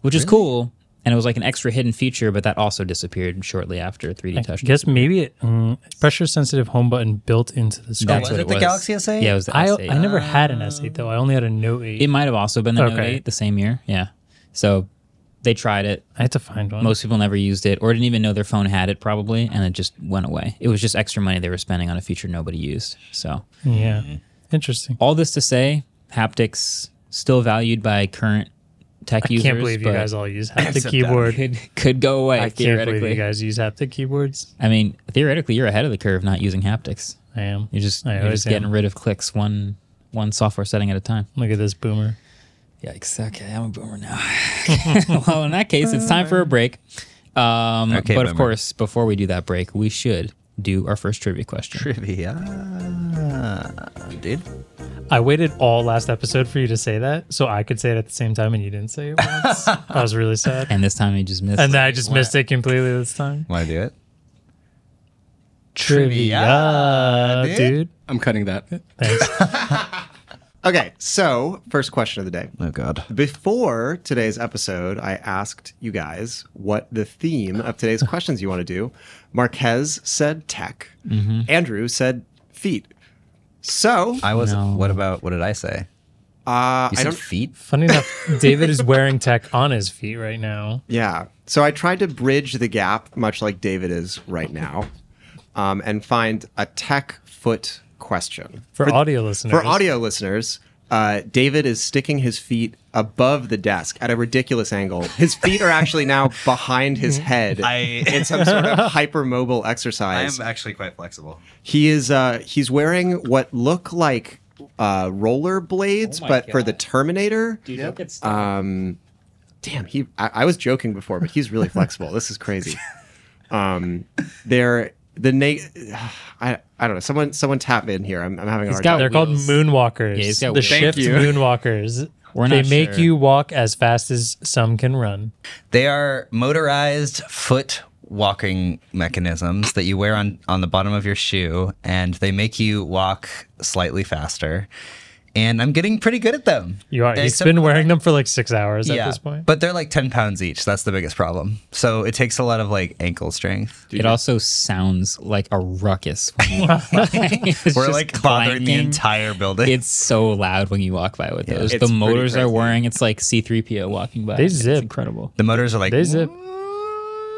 Speaker 1: which is cool. And it was like an extra hidden feature, but that also disappeared shortly after 3D
Speaker 3: I
Speaker 1: Touch.
Speaker 3: guess maybe it mm, pressure sensitive home button built into the screen.
Speaker 1: That's
Speaker 4: was
Speaker 1: what
Speaker 4: it the Galaxy S8?
Speaker 1: Yeah, it was the
Speaker 3: I,
Speaker 1: S8.
Speaker 3: I never had an S8 though. I only had a Note 8.
Speaker 1: it might have also been the Note
Speaker 3: Okay.
Speaker 1: 8 the same year. Yeah. So they tried it.
Speaker 3: I had to find one.
Speaker 1: Most people never used it or didn't even know their phone had it probably, and it just went away. It was just extra money they were spending on a feature nobody used. So
Speaker 3: yeah,
Speaker 1: Mm-hmm.
Speaker 3: interesting.
Speaker 1: all this to say, haptics still valued by current tech
Speaker 3: I
Speaker 1: users.
Speaker 3: can't believe you
Speaker 1: but
Speaker 3: guys all use haptic
Speaker 4: Except
Speaker 3: keyboard.
Speaker 1: could, could go away
Speaker 3: I can't believe
Speaker 1: theoretically.
Speaker 3: you guys use haptic keyboards.
Speaker 1: I mean, theoretically, you're ahead of the curve not using haptics.
Speaker 3: I am.
Speaker 1: You're just
Speaker 3: I
Speaker 1: you're
Speaker 3: always
Speaker 1: just getting
Speaker 3: am.
Speaker 1: rid of clicks one one software setting at a time.
Speaker 3: Look at this boomer.
Speaker 1: Yikes! Okay, I'm a boomer now. well, in that case, it's time for a break. Um,
Speaker 4: Okay,
Speaker 1: but of
Speaker 4: boomer.
Speaker 1: course, before we do that break, we should do our first trivia question.
Speaker 4: Trivia. Dude.
Speaker 3: I waited all last episode for you to say that, so I could say it at the same time, and you didn't say it once. I was really sad,
Speaker 1: and this time we just missed.
Speaker 3: and then I just missed it completely this time.
Speaker 4: Want to do it?
Speaker 3: Trivia,
Speaker 4: dude.
Speaker 3: dude.
Speaker 5: I'm cutting that.
Speaker 3: Thanks.
Speaker 6: Okay, so first question of the day.
Speaker 4: Oh, God.
Speaker 6: Before today's episode, I asked you guys what the theme of today's questions you want to do. Marquez said tech.
Speaker 4: Mm-hmm.
Speaker 6: Andrew said feet. So
Speaker 4: I was. What about. What did I say?
Speaker 6: uh,
Speaker 4: You
Speaker 6: I
Speaker 4: said
Speaker 6: don't.
Speaker 4: feet?
Speaker 3: Funny enough, David is wearing tech on his feet right now.
Speaker 6: Yeah. So I tried to bridge the gap, much like David is right now, um, and find a tech foot question.
Speaker 3: For audio listeners.
Speaker 6: For audio listeners, uh, David is sticking his feet above the desk at a ridiculous angle. His feet are actually now behind his head
Speaker 4: Mm-hmm. I-
Speaker 6: in some sort of hypermobile exercise.
Speaker 4: I'm actually quite flexible.
Speaker 6: He is uh, he's wearing what look like uh, roller blades,
Speaker 1: Oh my
Speaker 6: but for
Speaker 1: God.
Speaker 6: the Terminator.
Speaker 1: Dude, look at stuff.
Speaker 6: Um, damn, he. I, I was joking before, but he's really flexible. This is crazy. Um, there, the na- I, I don't know. Someone, someone tap in here. I'm, I'm having a hard
Speaker 1: got
Speaker 6: time.
Speaker 3: They're called
Speaker 1: wheels.
Speaker 3: moonwalkers.
Speaker 1: Yeah, he's got
Speaker 3: the
Speaker 1: wheels.
Speaker 3: shift
Speaker 5: Thank you.
Speaker 3: moonwalkers.
Speaker 1: We're
Speaker 3: they
Speaker 1: not
Speaker 3: make
Speaker 1: sure.
Speaker 3: you walk as fast as some can run.
Speaker 4: They are motorized foot walking mechanisms that you wear on, on the bottom of your shoe, and they make you walk slightly faster. And I'm getting pretty good at them.
Speaker 3: You are.
Speaker 4: They
Speaker 3: He's
Speaker 4: simplify-
Speaker 3: been wearing them for like six hours at this point.
Speaker 4: But they're like 10 pounds each. That's the biggest problem. So it takes a lot of like ankle strength.
Speaker 1: it also sounds like a ruckus. When you walk by. It's
Speaker 4: We're
Speaker 1: just
Speaker 4: like bothering the
Speaker 1: clanking.
Speaker 4: entire building.
Speaker 1: It's so loud when you walk by with those. the
Speaker 6: it's pretty
Speaker 1: motors are
Speaker 6: crazy.
Speaker 1: whirring. It's like C3PO walking by.
Speaker 3: They
Speaker 1: It's
Speaker 3: zip.
Speaker 1: incredible.
Speaker 4: the motors are like, "Mm."
Speaker 3: they zip.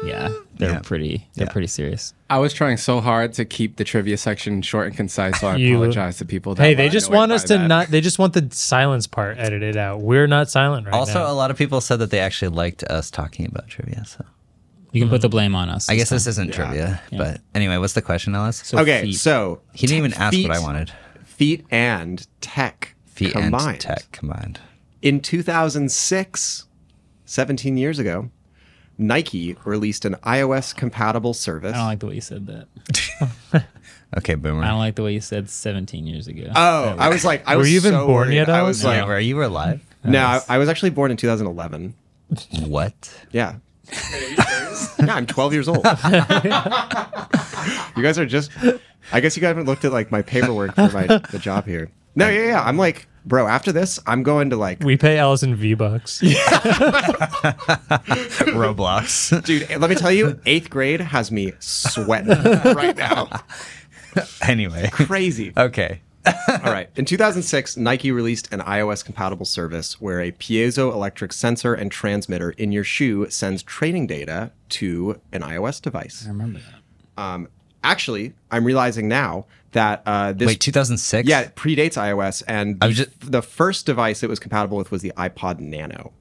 Speaker 1: Yeah, they're
Speaker 4: Yeah.
Speaker 1: pretty. They're
Speaker 4: Yeah.
Speaker 1: pretty serious.
Speaker 5: I was trying so hard to keep the trivia section short and concise, so I
Speaker 3: You-
Speaker 5: apologize to people. That
Speaker 3: Hey, they
Speaker 5: were
Speaker 3: just
Speaker 5: annoyed
Speaker 3: want
Speaker 5: by
Speaker 3: us to
Speaker 5: that.
Speaker 3: not. They just want the silence part edited out. We're not silent right
Speaker 4: also, a
Speaker 3: now.
Speaker 4: lot of people said that they actually liked us talking about trivia. So
Speaker 1: You can put the blame on us.
Speaker 4: I guess
Speaker 1: time.
Speaker 4: this isn't trivia. But anyway, what's the question, Ellis?
Speaker 1: So
Speaker 6: okay,
Speaker 1: feet.
Speaker 6: so
Speaker 4: he didn't even ask
Speaker 6: feet-
Speaker 4: what I wanted.
Speaker 6: Feet and tech
Speaker 4: Feet
Speaker 6: combined.
Speaker 4: and tech combined.
Speaker 6: In 2006, 17 years ago, Nike released an iOS compatible service.
Speaker 1: I
Speaker 3: Oh,
Speaker 1: don't like the way you said that.
Speaker 4: Okay, boomer.
Speaker 1: I don't like the way you said 17 years ago.
Speaker 4: Uh,
Speaker 6: oh, I was like, I
Speaker 3: Were
Speaker 6: was
Speaker 3: you even
Speaker 6: so
Speaker 3: born
Speaker 6: worried.
Speaker 3: yet,
Speaker 6: I
Speaker 3: Alex?
Speaker 6: was like,
Speaker 4: yeah, were you were alive?
Speaker 6: no, I, I was actually born in 2011.
Speaker 4: What?
Speaker 6: Yeah. yeah, I'm 12 years old. you guys are just. I guess you guys haven't looked at like my paperwork for my the job here. No, yeah, yeah. I'm like, bro. After this, I'm going to like,
Speaker 3: we pay Allison V bucks.
Speaker 4: Roblox.
Speaker 6: dude. Let me tell you, eighth grade has me sweating right now.
Speaker 4: anyway.
Speaker 6: Crazy.
Speaker 4: Okay.
Speaker 6: All right. In 2006, Nike released an iOS compatible service where a piezoelectric sensor and transmitter in your shoe sends training data to an iOS device.
Speaker 1: I remember that.
Speaker 6: Um, actually, I'm realizing now that uh, this
Speaker 4: Wait, 2006?
Speaker 6: yeah it predates iOS, and the,
Speaker 4: I was just-
Speaker 6: the first device it was compatible with was the iPod Nano.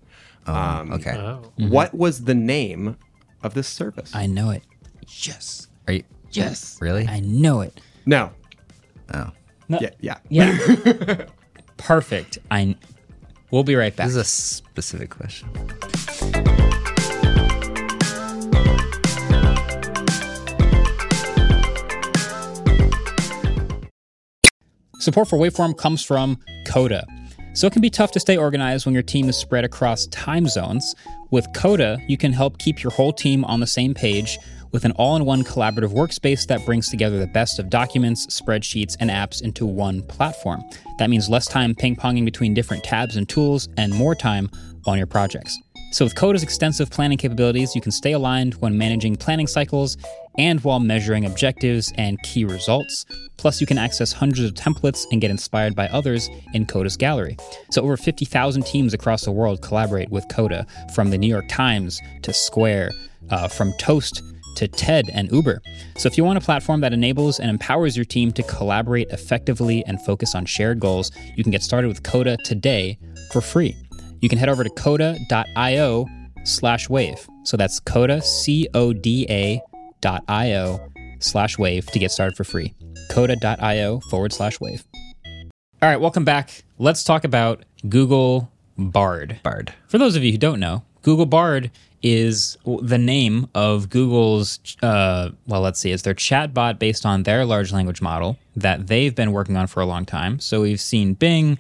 Speaker 6: um,
Speaker 4: Okay.
Speaker 1: Uh-huh.
Speaker 3: Oh.
Speaker 4: Mm-hmm.
Speaker 6: What was the name of this service?
Speaker 1: I know it. Yes.
Speaker 4: Are you?
Speaker 1: Yes.
Speaker 4: Really?
Speaker 1: I know it.
Speaker 6: no.
Speaker 4: Oh.
Speaker 1: No.
Speaker 6: Yeah, yeah.
Speaker 1: Yeah. Perfect. I. kn- We'll be right back.
Speaker 4: This is a specific question.
Speaker 1: Support for Waveform comes from Coda. So it can be tough to stay organized when your team is spread across time zones. With Coda, you can help keep your whole team on the same page with an all in one collaborative workspace that brings together the best of documents, spreadsheets, and apps into one platform. That means less time ping ponging between different tabs and tools and more time on your projects. So, with Coda's extensive planning capabilities, you can stay aligned when managing planning cycles and while measuring objectives and key results. Plus, you can access hundreds of templates and get inspired by others in Coda's gallery. So, over 50,000 teams across the world collaborate with Coda, from the New York Times to Square, uh, from Toast to TED and Uber. So, if you want a platform that enables and empowers your team to collaborate effectively and focus on shared goals, you can get started with Coda today for free you can head over to coda.io slash wave. So that's coda, C O D A dot io slash wave to get started for free. Coda.io forward slash wave. All right, welcome back. Let's talk about Google Bard.
Speaker 4: Bard.
Speaker 1: For those of you who don't know, Google Bard is w- the name of Google's, uh, well, let's see, it's their chatbot based on their large language model that they've been working on for a long time. So we've seen Bing,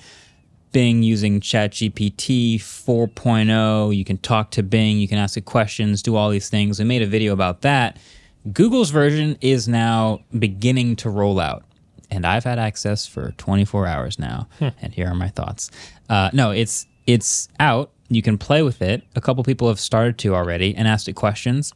Speaker 1: Bing using ChatGPT 4.0. You can talk to Bing, you can ask it questions, do all these things. We made a video about that. Google's version is now beginning to roll out. And I've had access for 24 hours now, and here are my thoughts. Uh, no, it's it's out. You can play with it. A couple people have started to already and asked it questions.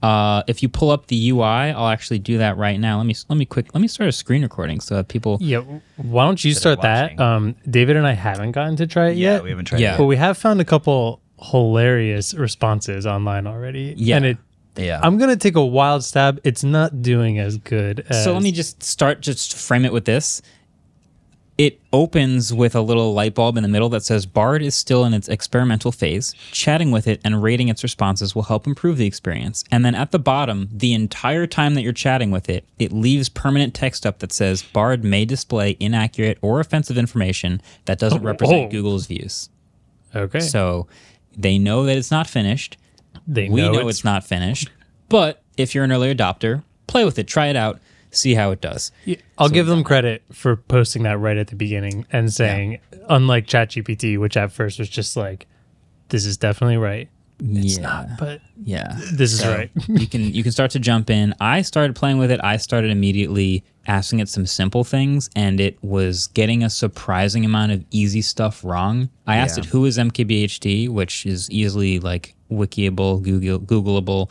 Speaker 1: Uh, if you pull up the UI, I'll actually do that right now. Let me let me quick let me start a screen recording so that people
Speaker 3: Yeah. Why don't you start that?
Speaker 4: watching.
Speaker 3: Um, David and I haven't gotten to try it
Speaker 4: Yeah,
Speaker 3: yet.
Speaker 4: we haven't tried
Speaker 1: Yeah.
Speaker 4: yeah.
Speaker 3: But we have found a couple hilarious responses online already.
Speaker 1: Yeah.
Speaker 3: And it
Speaker 4: Yeah.
Speaker 3: I'm gonna take a wild stab. It's not doing as good. As,
Speaker 1: So let me just start, just frame it with this. It opens with a little light bulb in the middle that says Bard is still in its experimental phase. Chatting with it and rating its responses will help improve the experience. And then at the bottom, the entire time that you're chatting with it, it leaves permanent text up that says Bard may display inaccurate or offensive information that doesn't represent
Speaker 3: oh.
Speaker 1: Google's views.
Speaker 3: okay.
Speaker 1: So they know that it's not finished.
Speaker 3: they
Speaker 1: We know it's not finished. But if you're an early adopter, play with it, try it out, see how it does.
Speaker 3: I'll give them credit for posting that right at the beginning and saying, unlike ChatGPT, which at first was just like, "This is definitely right,"
Speaker 1: yeah.
Speaker 3: but
Speaker 1: Yeah.
Speaker 3: this is right.
Speaker 1: you can you can start to jump in. I started playing with it. I started immediately asking it some simple things and it was getting a surprising amount of easy stuff wrong. I asked it who is MKBHD, which is easily like wikiable, Google Googleable.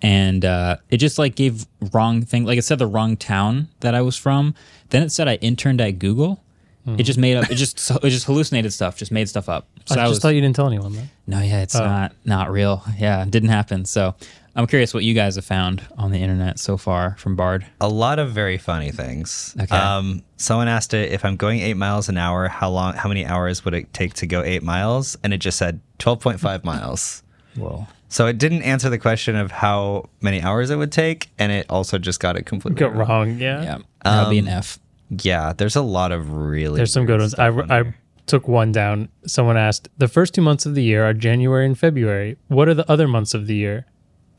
Speaker 1: And uh, it just like gave wrong thing. Like it said the wrong town that I was from. Then it said I interned at Google. It just made up. It just it just hallucinated stuff. Just made stuff up.
Speaker 3: Mm-hmm.
Speaker 1: So
Speaker 3: I just
Speaker 1: was,
Speaker 3: thought you didn't tell anyone that.
Speaker 1: no, yeah, it's not not real. Yeah, it didn't happen. So I'm curious what you guys have found on the internet so far from Bard.
Speaker 4: a lot of very funny things.
Speaker 1: Okay.
Speaker 4: Um, someone asked it if I'm going eight miles an hour, how long, how many hours would it take to go eight miles? And it just said 12.5 miles.
Speaker 1: Whoa.
Speaker 4: So it didn't answer the question of how many hours it would take, and it also just got it completely
Speaker 3: Got wrong. Yeah.
Speaker 1: Yeah, that'll be an F.
Speaker 4: Yeah, there's a lot of really.
Speaker 3: There's some good ones. I, I took one down. Someone asked, the first two months of the year are January and February. What are the other months of the year?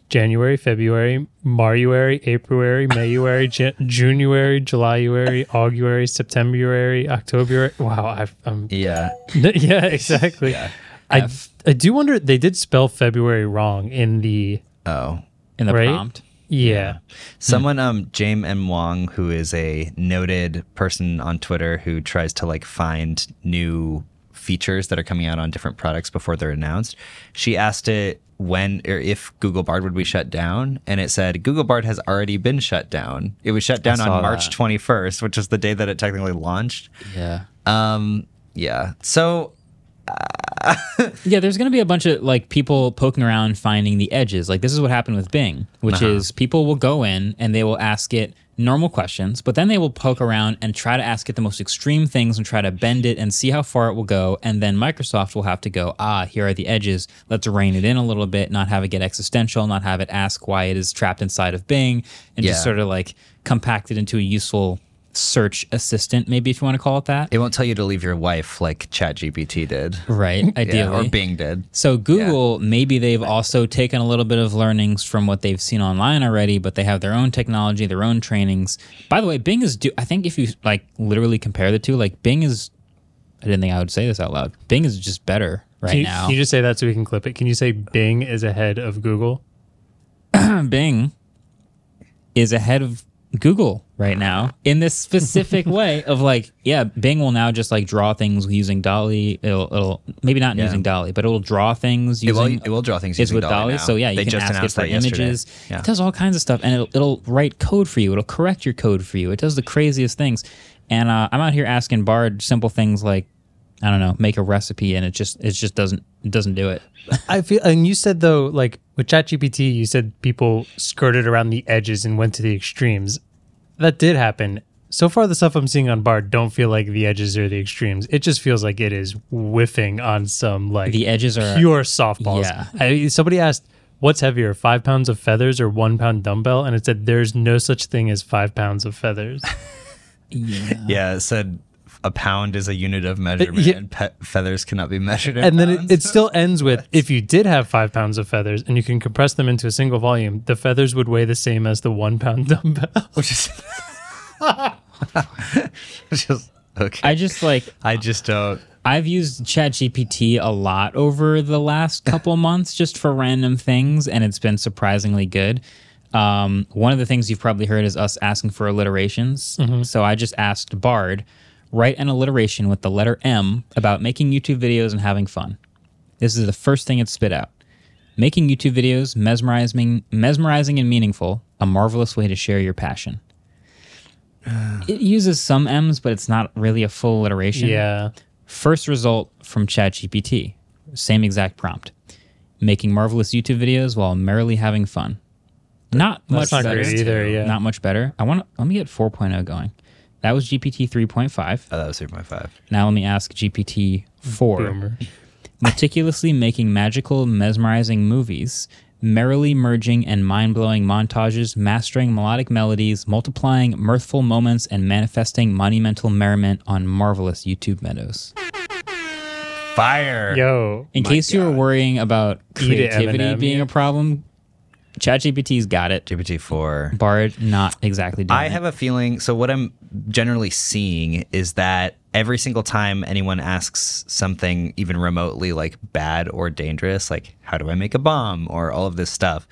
Speaker 3: January, February, Maruary, Apriluary, Mayuary, Jan- January, Julyuary, Auguary, Septemberuary, Octoberuary. Wow, I've, I'm
Speaker 4: Yeah,
Speaker 3: yeah, exactly. I I do wonder they did spell February wrong in the
Speaker 4: Oh.
Speaker 1: In the
Speaker 3: Right?
Speaker 1: prompt.
Speaker 3: yeah.
Speaker 4: someone um James M Wong, who is a noted person on Twitter who tries to like find new features that are coming out on different products before they're announced. She asked it when or if Google Bard would be shut down, and it said Google Bard has already been shut down. It was shut down
Speaker 1: saw
Speaker 4: on March
Speaker 1: that.
Speaker 4: 21st, which is the day that it technically launched.
Speaker 1: Yeah.
Speaker 4: Um, yeah. So
Speaker 1: Yeah, there's going to be a bunch of like people poking around finding the edges. Like this is what happened with Bing, which
Speaker 4: Uh-huh.
Speaker 1: is people will go in and they will ask it normal questions, but then they will poke around and try to ask it the most extreme things and try to bend it and see how far it will go. And then Microsoft will have to go, ah, here are the edges. Let's rein it in a little bit, not have it get existential, not have it ask why it is trapped inside of Bing, and just
Speaker 4: Yeah.
Speaker 1: sort of like compact it into a useful search assistant, maybe if you want to call it that.
Speaker 4: it won't tell you to leave your wife like ChatGPT did.
Speaker 1: Right, ideally.
Speaker 4: Yeah, or Bing did.
Speaker 1: So Google, maybe they've also taken a little bit of learnings from what they've seen online already, but they have their own technology, their own trainings. By the way, Bing is do I think if you like literally compare the two, like Bing is I didn't think I would say this out loud. Bing is just better right
Speaker 3: Can you,
Speaker 1: now.
Speaker 3: can you just say that so we can clip it? Can you say Bing is ahead of Google?
Speaker 1: Bing is ahead of Google right now in this specific way of like, yeah, Bing will now just like draw things using Dolly. It'll, it'll maybe not using Dolly, but it'll draw things
Speaker 4: It will,
Speaker 1: using
Speaker 4: it will draw things
Speaker 1: is
Speaker 4: using
Speaker 1: with
Speaker 4: Dolly.
Speaker 1: Dolly.
Speaker 4: now.
Speaker 1: So yeah, you
Speaker 4: they
Speaker 1: can
Speaker 4: just
Speaker 1: ask it
Speaker 4: announced
Speaker 1: for
Speaker 4: that yesterday.
Speaker 1: images.
Speaker 4: Yeah.
Speaker 1: It does all kinds of stuff, and it'll, it'll write code for you. It'll correct your code for you. It does the craziest things. And uh, I'm out here asking Bard simple things like, I don't know, make a recipe, and it just it just doesn't it doesn't do it.
Speaker 3: I feel, and you said though, like with ChatGPT, you said people skirted around the edges and went to the extremes. That did happen. So far, the stuff I'm seeing on Bard don't feel like the edges or the extremes. It just feels like it is whiffing on some like
Speaker 1: The edges are
Speaker 3: pure softballs.
Speaker 1: Yeah.
Speaker 3: I, somebody asked, "What's heavier, five pounds of feathers or one pound dumbbell?" And it said, "There's no such thing as five pounds of feathers."
Speaker 4: Yeah, it said a pound is a unit of measurement,
Speaker 3: yeah.
Speaker 4: and pe- feathers cannot be measured. In
Speaker 3: and then it,
Speaker 4: pounds.
Speaker 3: it still ends with, "If you did have five pounds of feathers and you can compress them into a single volume, the feathers would weigh the same as the one pound dumbbell."
Speaker 4: which is just okay.
Speaker 1: I just like
Speaker 4: I just don't.
Speaker 1: I've used ChatGPT a lot over the last couple months just for random things, and it's been surprisingly good. Um, one of the things you've probably heard is us asking for alliterations. So I just asked Bard, write an alliteration with the letter M about making YouTube videos and having fun. This is the first thing it spit out. Making YouTube videos mesmerizing, mesmerizing and meaningful, a marvelous way to share your passion. It uses some M's, but it's not really a full alliteration.
Speaker 3: yeah.
Speaker 1: First result from ChatGPT, same exact prompt. Making marvelous YouTube videos while merrily having fun. Not much
Speaker 3: That's not
Speaker 1: better.
Speaker 3: great either. Yeah.
Speaker 1: Not much better. I want to let me get 4.0 going. That was GPT 3.5.
Speaker 4: Oh, that was 3.5.
Speaker 1: Now let me ask GPT 4.
Speaker 3: Boomer.
Speaker 1: Meticulously making magical, mesmerizing movies, merrily merging and mind blowing montages, mastering melodic melodies, multiplying mirthful moments, and manifesting monumental merriment on marvelous YouTube meadows.
Speaker 4: Fire.
Speaker 3: Yo,
Speaker 1: In case you were worrying about
Speaker 3: Eat it,
Speaker 1: creativity
Speaker 3: Eminem.
Speaker 1: being a problem, ChatGPT's got it.
Speaker 4: GPT-4.
Speaker 1: Bard not exactly doing
Speaker 4: I
Speaker 1: it.
Speaker 4: have a feeling. So what I'm generally seeing is that every single time anyone asks something even remotely like bad or dangerous, like how do I make a bomb or all of this stuff,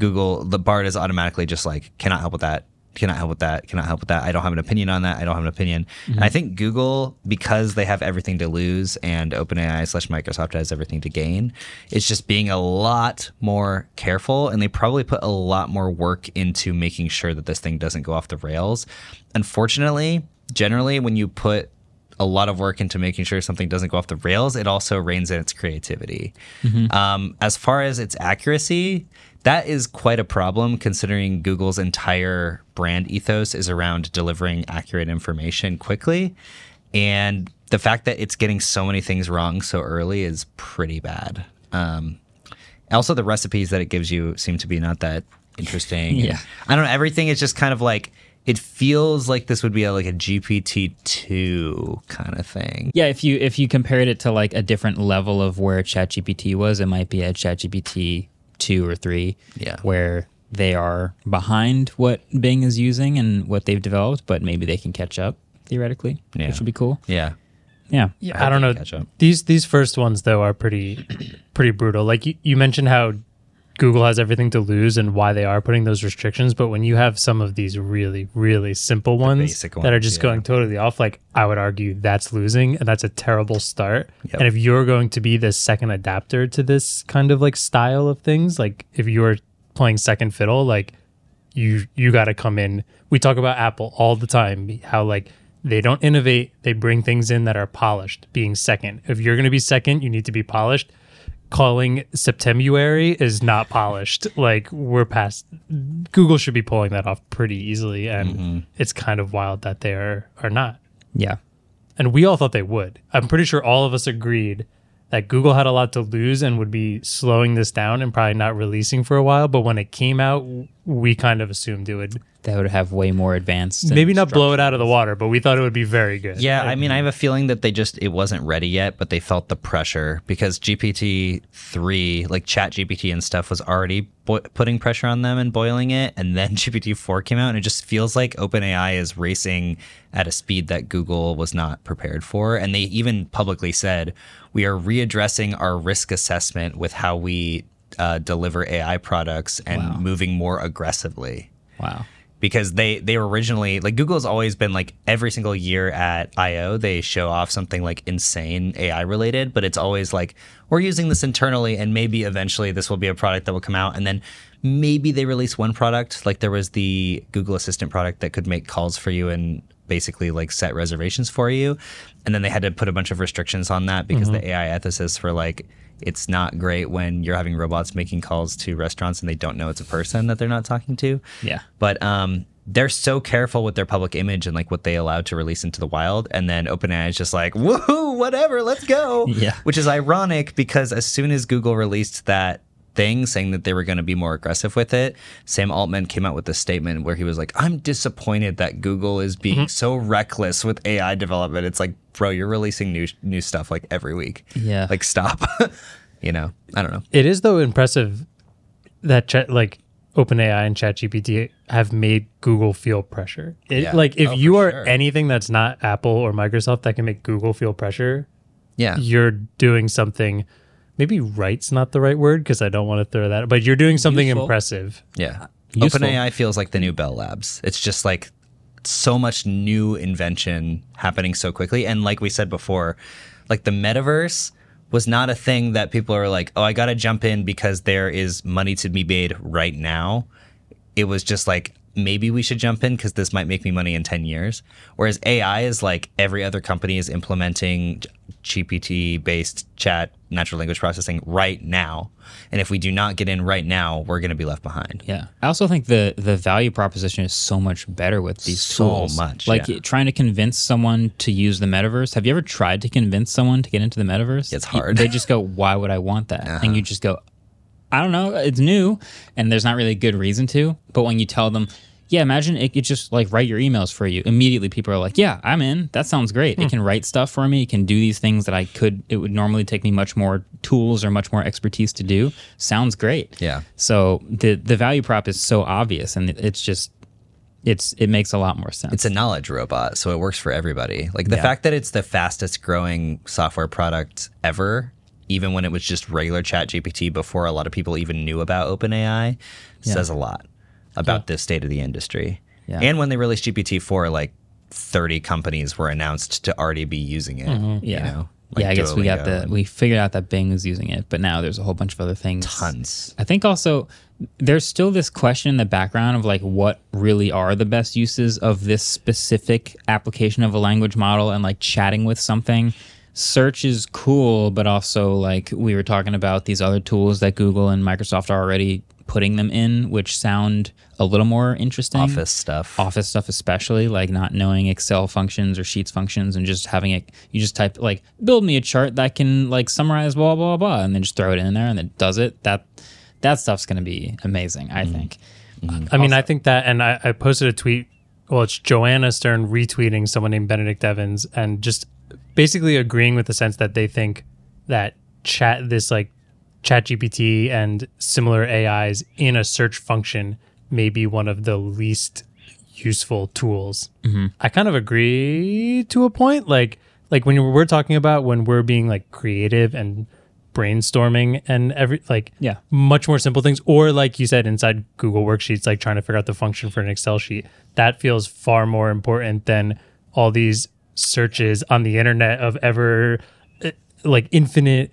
Speaker 4: Google the Bard is automatically just like cannot help with that. Cannot help with that. Cannot help with that. I don't have an opinion on that. I don't have an opinion. And I think Google, because they have everything to lose and OpenAI slash Microsoft has everything to gain, it's just being a lot more careful. And they probably put a lot more work into making sure that this thing doesn't go off the rails. Unfortunately, generally, when you put a lot of work into making sure something doesn't go off the rails, it also reins in its creativity. Um, as far as its accuracy, that is quite a problem considering Google's entire brand ethos is around delivering accurate information quickly. And the fact that it's getting so many things wrong so early is pretty bad. Um, also, the recipes that it gives you seem to be not that interesting.
Speaker 1: Yeah.
Speaker 4: I don't know. Everything is just kind of like it feels like this would be a, like a GPT two kind of thing.
Speaker 1: Yeah, if you if you compared it to like a different level of where ChatGPT was, it might be at ChatGPT two or three.
Speaker 4: Yeah.
Speaker 1: Where they are behind what Bing is using and what they've developed, but maybe they can catch up theoretically,
Speaker 4: Yeah.
Speaker 1: which would be cool.
Speaker 4: Yeah.
Speaker 1: Yeah.
Speaker 3: I, don't
Speaker 4: they
Speaker 3: know.
Speaker 4: catch up.
Speaker 3: These these first ones though are pretty pretty brutal. Like you, you mentioned how Google has everything to lose and why they are putting those restrictions, but when you have some of these really really simple ones
Speaker 4: basic
Speaker 3: that are
Speaker 4: ones,
Speaker 3: just
Speaker 4: yeah.
Speaker 3: going totally off, like I would argue that's losing and that's a terrible start.
Speaker 4: Yep.
Speaker 3: And if you're going to be the second adapter to this kind of like style of things, like if you're playing second fiddle, like you you got to come in. We talk about Apple all the time how like they don't innovate, they bring things in that are polished, being second. If you're going to be second, you need to be polished. Calling Septemuary is not polished. Like we're past Google should be pulling that off pretty easily and it's kind of wild that they are are not.
Speaker 1: Yeah.
Speaker 3: And we all thought they would. I'm pretty sure all of us agreed that Google had a lot to lose and would be slowing this down and probably not releasing for a while. But when it came out, w- we kind of assumed it would
Speaker 1: That would have way more advanced. and
Speaker 3: maybe not blow it out of the water, but we thought it would be very good.
Speaker 4: Yeah, I mean, I have a feeling that they just it wasn't ready yet, but they felt the pressure because GPT three, like Chat GPT and stuff, was already bo- putting pressure on them and boiling it, and then GPT four came out, and it just feels like OpenAI is racing at a speed that Google was not prepared for, and they even publicly said we are readdressing our risk assessment with how we uh, deliver AI products and moving more aggressively
Speaker 1: Wow.
Speaker 4: because they they were originally like Google's always been like every single year at I/O they show off something like insane AI related, but it's always like we're using this internally and maybe eventually this will be a product that will come out and then maybe they release one product like there was the Google Assistant product that could make calls for you and basically like set reservations for you and then they had to put a bunch of restrictions on that because the AI ethicists were like it's not great when you're having robots making calls to restaurants and they don't know it's a person that they're not talking to
Speaker 1: Yeah.
Speaker 4: but um, they're so careful with their public image and like what they allow to release into the wild. And then OpenAI is just like, woohoo, whatever, let's go.
Speaker 1: Yeah.
Speaker 4: Which is ironic because as soon as Google released that thing saying that they were going to be more aggressive with it, Sam Altman came out with a statement where he was like, I'm disappointed that Google is
Speaker 1: Mm-hmm.
Speaker 4: being so reckless with AI development. It's like, bro, you're releasing new new stuff like every week.
Speaker 1: Yeah.
Speaker 4: Like stop. you know, I don't know.
Speaker 3: It is though impressive that chat like OpenAI and ChatGPT have made Google feel pressure. It,
Speaker 4: Yeah.
Speaker 3: Like if
Speaker 4: Oh,
Speaker 3: you
Speaker 4: for
Speaker 3: are
Speaker 4: sure.
Speaker 3: anything that's not Apple or Microsoft that can make Google feel pressure,
Speaker 4: Yeah.
Speaker 3: you're doing something. Maybe right's not the right word because I don't want to throw that, but you're doing something
Speaker 1: Useful.
Speaker 3: impressive.
Speaker 4: Yeah.
Speaker 1: Useful.
Speaker 4: Uh, OpenAI feels like the new Bell Labs. It's just like so much new invention happening so quickly. And like we said before, like the metaverse was not a thing that people are like, oh, I got to jump in because there is money to be made right now. It was just like, maybe we should jump in because this might make me money in 10 years. Whereas AI is like every other company is implementing GPT based chat natural language processing right now. And if we do not get in right now, we're going to be left behind.
Speaker 1: Yeah. I also think the the value proposition is so much better with these
Speaker 4: So
Speaker 1: tools.
Speaker 4: much,
Speaker 1: Like
Speaker 4: yeah.
Speaker 1: trying to convince someone to use the metaverse. Have you ever tried to convince someone to get into the metaverse?
Speaker 4: It's
Speaker 1: You-
Speaker 4: hard. Uh-huh.
Speaker 1: they just go, "Why would I want that?" And you just go, "I don't know. It's new, and there's not really a good reason to." But when you tell them. Yeah, imagine it could just like write your emails for you. Immediately, people are like, "Yeah, I'm in. That sounds great.
Speaker 4: Hmm.
Speaker 1: It can write stuff for me. It can do these things that I could. It would normally take me much more tools or much more expertise to do. Sounds great.
Speaker 4: Yeah.
Speaker 1: So the the value prop is so obvious, and it's just it's it makes a lot more sense.
Speaker 4: It's a knowledge robot, so it works for everybody. Like the fact that it's the fastest growing software product ever, even when it was just regular chat GPT before a lot of people even knew about OpenAI, says a lot about the state of the industry.
Speaker 1: Yeah.
Speaker 4: And when they released GPT-4, like 30 companies were announced to already be using it.
Speaker 1: Mm-hmm. yeah.
Speaker 4: You know? Like
Speaker 1: yeah, I guess we got
Speaker 4: Duolingo
Speaker 1: the
Speaker 4: and
Speaker 1: we figured out that Bing was using it, but now there's a whole bunch of other things.
Speaker 4: tons.
Speaker 1: I think also there's still this question in the background of like what really are the best uses of this specific application of a language model and like chatting with something. Search is cool, but also like we were talking about these other tools that Google and Microsoft are already putting them in, which sound a little more interesting.
Speaker 4: Office stuff.
Speaker 1: office stuff especially like not knowing excel functions or sheets functions and just having it you just type like build me a chart that can like summarize blah blah blah and then just throw it in there and it does it that that stuff's going to be amazing i
Speaker 4: Mm.
Speaker 1: think
Speaker 3: I mean, I think that, and I, I posted a tweet. Well, it's Joanna Stern retweeting someone named Benedict Evans and just basically agreeing with the sense that they think that chat, this like chat GPT and similar AIs in a search function may be one of the least useful tools. I kind of agree to a point. Like, like when we're talking about when we're being like creative and brainstorming and every like
Speaker 1: Yeah.
Speaker 3: much more simple things or like you said inside google worksheets like trying to figure out the function for an excel sheet that feels far more important than all these searches on the internet of ever eh, like infinite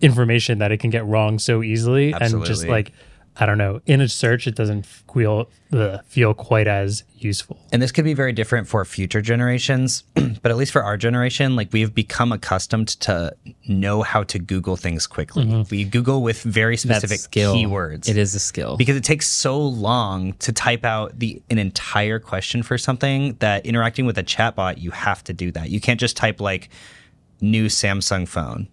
Speaker 3: information that it can get wrong so easily and just
Speaker 4: Absolutely.
Speaker 3: like i don't know in a search it doesn't feel ugh, feel quite as useful
Speaker 4: and this could be very different for future generations but at least for our generation like we've become accustomed to know how to google things quickly we google with very
Speaker 1: That
Speaker 4: specific
Speaker 1: skill
Speaker 4: keywords
Speaker 1: it is a skill
Speaker 4: because it takes so long to type out the an entire question for something that interacting with a chatbot you have to do that you can't just type like new samsung phone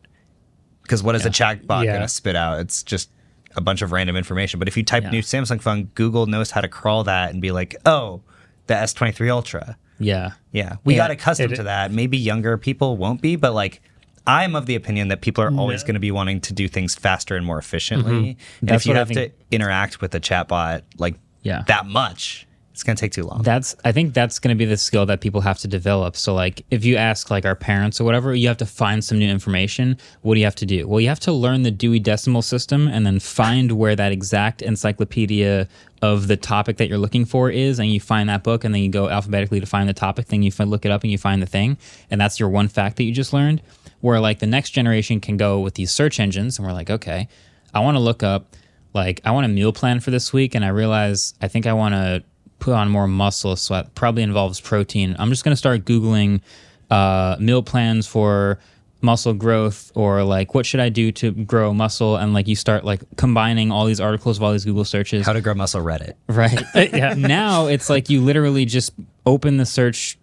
Speaker 4: because what is a chatbot
Speaker 3: Yeah.
Speaker 4: going to spit out it's just a bunch of random information but if you type new samsung phone google knows how to crawl that and be like oh the s23 ultra
Speaker 1: yeah
Speaker 4: yeah we
Speaker 1: Yeah,
Speaker 4: got accustomed
Speaker 3: it-
Speaker 4: to that maybe younger people won't be but like i'm of the opinion that people are always going to be wanting to do things faster and more efficiently and
Speaker 1: Mm-hmm. That's
Speaker 4: if you
Speaker 1: what I
Speaker 4: have to
Speaker 1: think-
Speaker 4: interact with a chatbot like
Speaker 1: Yeah.
Speaker 4: that much it's going to take too long
Speaker 1: that's i think that's going to be the skill that people have to develop so like if you ask like our parents or whatever you have to find some new information what do you have to do well you have to learn the dewey decimal system and then find where that exact encyclopedia of the topic that you're looking for is and you find that book and then you go alphabetically to find the topic then you fi- look it up and you find the thing and that's your one fact that you just learned where like the next generation can go with these search engines and we're like okay i want to look up like I want a meal plan for this week and I realize I think I want to put on more muscle so that probably involves protein. I'm just going to start googling uh, meal plans for muscle growth or like what should I do to grow muscle and like you start like combining all these articles of all these Google searches.
Speaker 4: how to grow muscle reddit
Speaker 1: Right. Uh, yeah. Now it's like you literally just open the search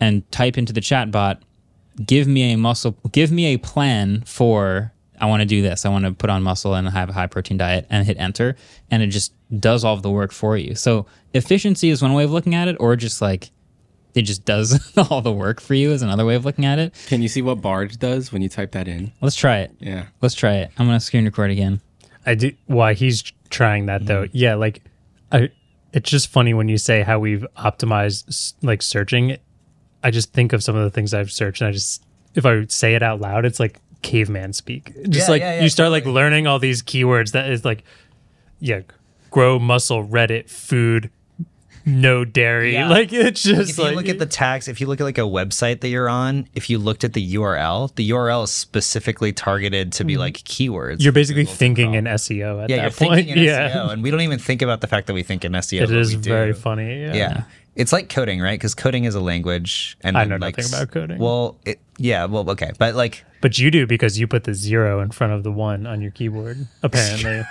Speaker 1: and type into the chat bot, give me a muscle, give me a plan for, I want to do this. I want to put on muscle and have a high protein diet and hit enter. And it just does all of the work for you. So efficiency is one way of looking at it, or just like it just does all the work for you is another way of looking at it.
Speaker 5: Can you see what Bard does when you type that in?
Speaker 1: Let's try it.
Speaker 5: Yeah.
Speaker 1: Let's try it. I'm going to screen record again.
Speaker 3: I do why he's trying that though.
Speaker 4: Mm-hmm.
Speaker 3: Yeah, like I it's just funny when you say how we've optimized s- like searching. I just think of some of the things I've searched and I just if I say it out loud, it's like caveman speak. Just
Speaker 4: Yeah,
Speaker 3: like
Speaker 4: yeah, yeah,
Speaker 3: you start like learning all these keywords that is like yeah, grow muscle, Reddit, food, no dairy.
Speaker 4: Yeah.
Speaker 3: Like it's just
Speaker 4: if
Speaker 3: like
Speaker 4: you look at the tags, if you look at like a website that you're on, if you looked at the URL, the URL is specifically targeted to be like keywords.
Speaker 3: Mm-hmm. you're basically thinking in SEO at
Speaker 4: yeah,
Speaker 3: that
Speaker 4: you're
Speaker 3: point.
Speaker 4: thinking in E
Speaker 3: yeah,
Speaker 4: SEO, and we don't even think about the fact that we think in SEO.
Speaker 3: it
Speaker 4: but
Speaker 3: is
Speaker 4: we do.
Speaker 3: very funny. Yeah.
Speaker 4: Yeah. It's like coding, right? Because coding is a language, and
Speaker 3: I
Speaker 4: then,
Speaker 3: know
Speaker 4: like,
Speaker 3: nothing about coding.
Speaker 4: Well, it, yeah, well, okay, but like,
Speaker 3: but you do because you put the zero in front of the one on your keyboard. Apparently,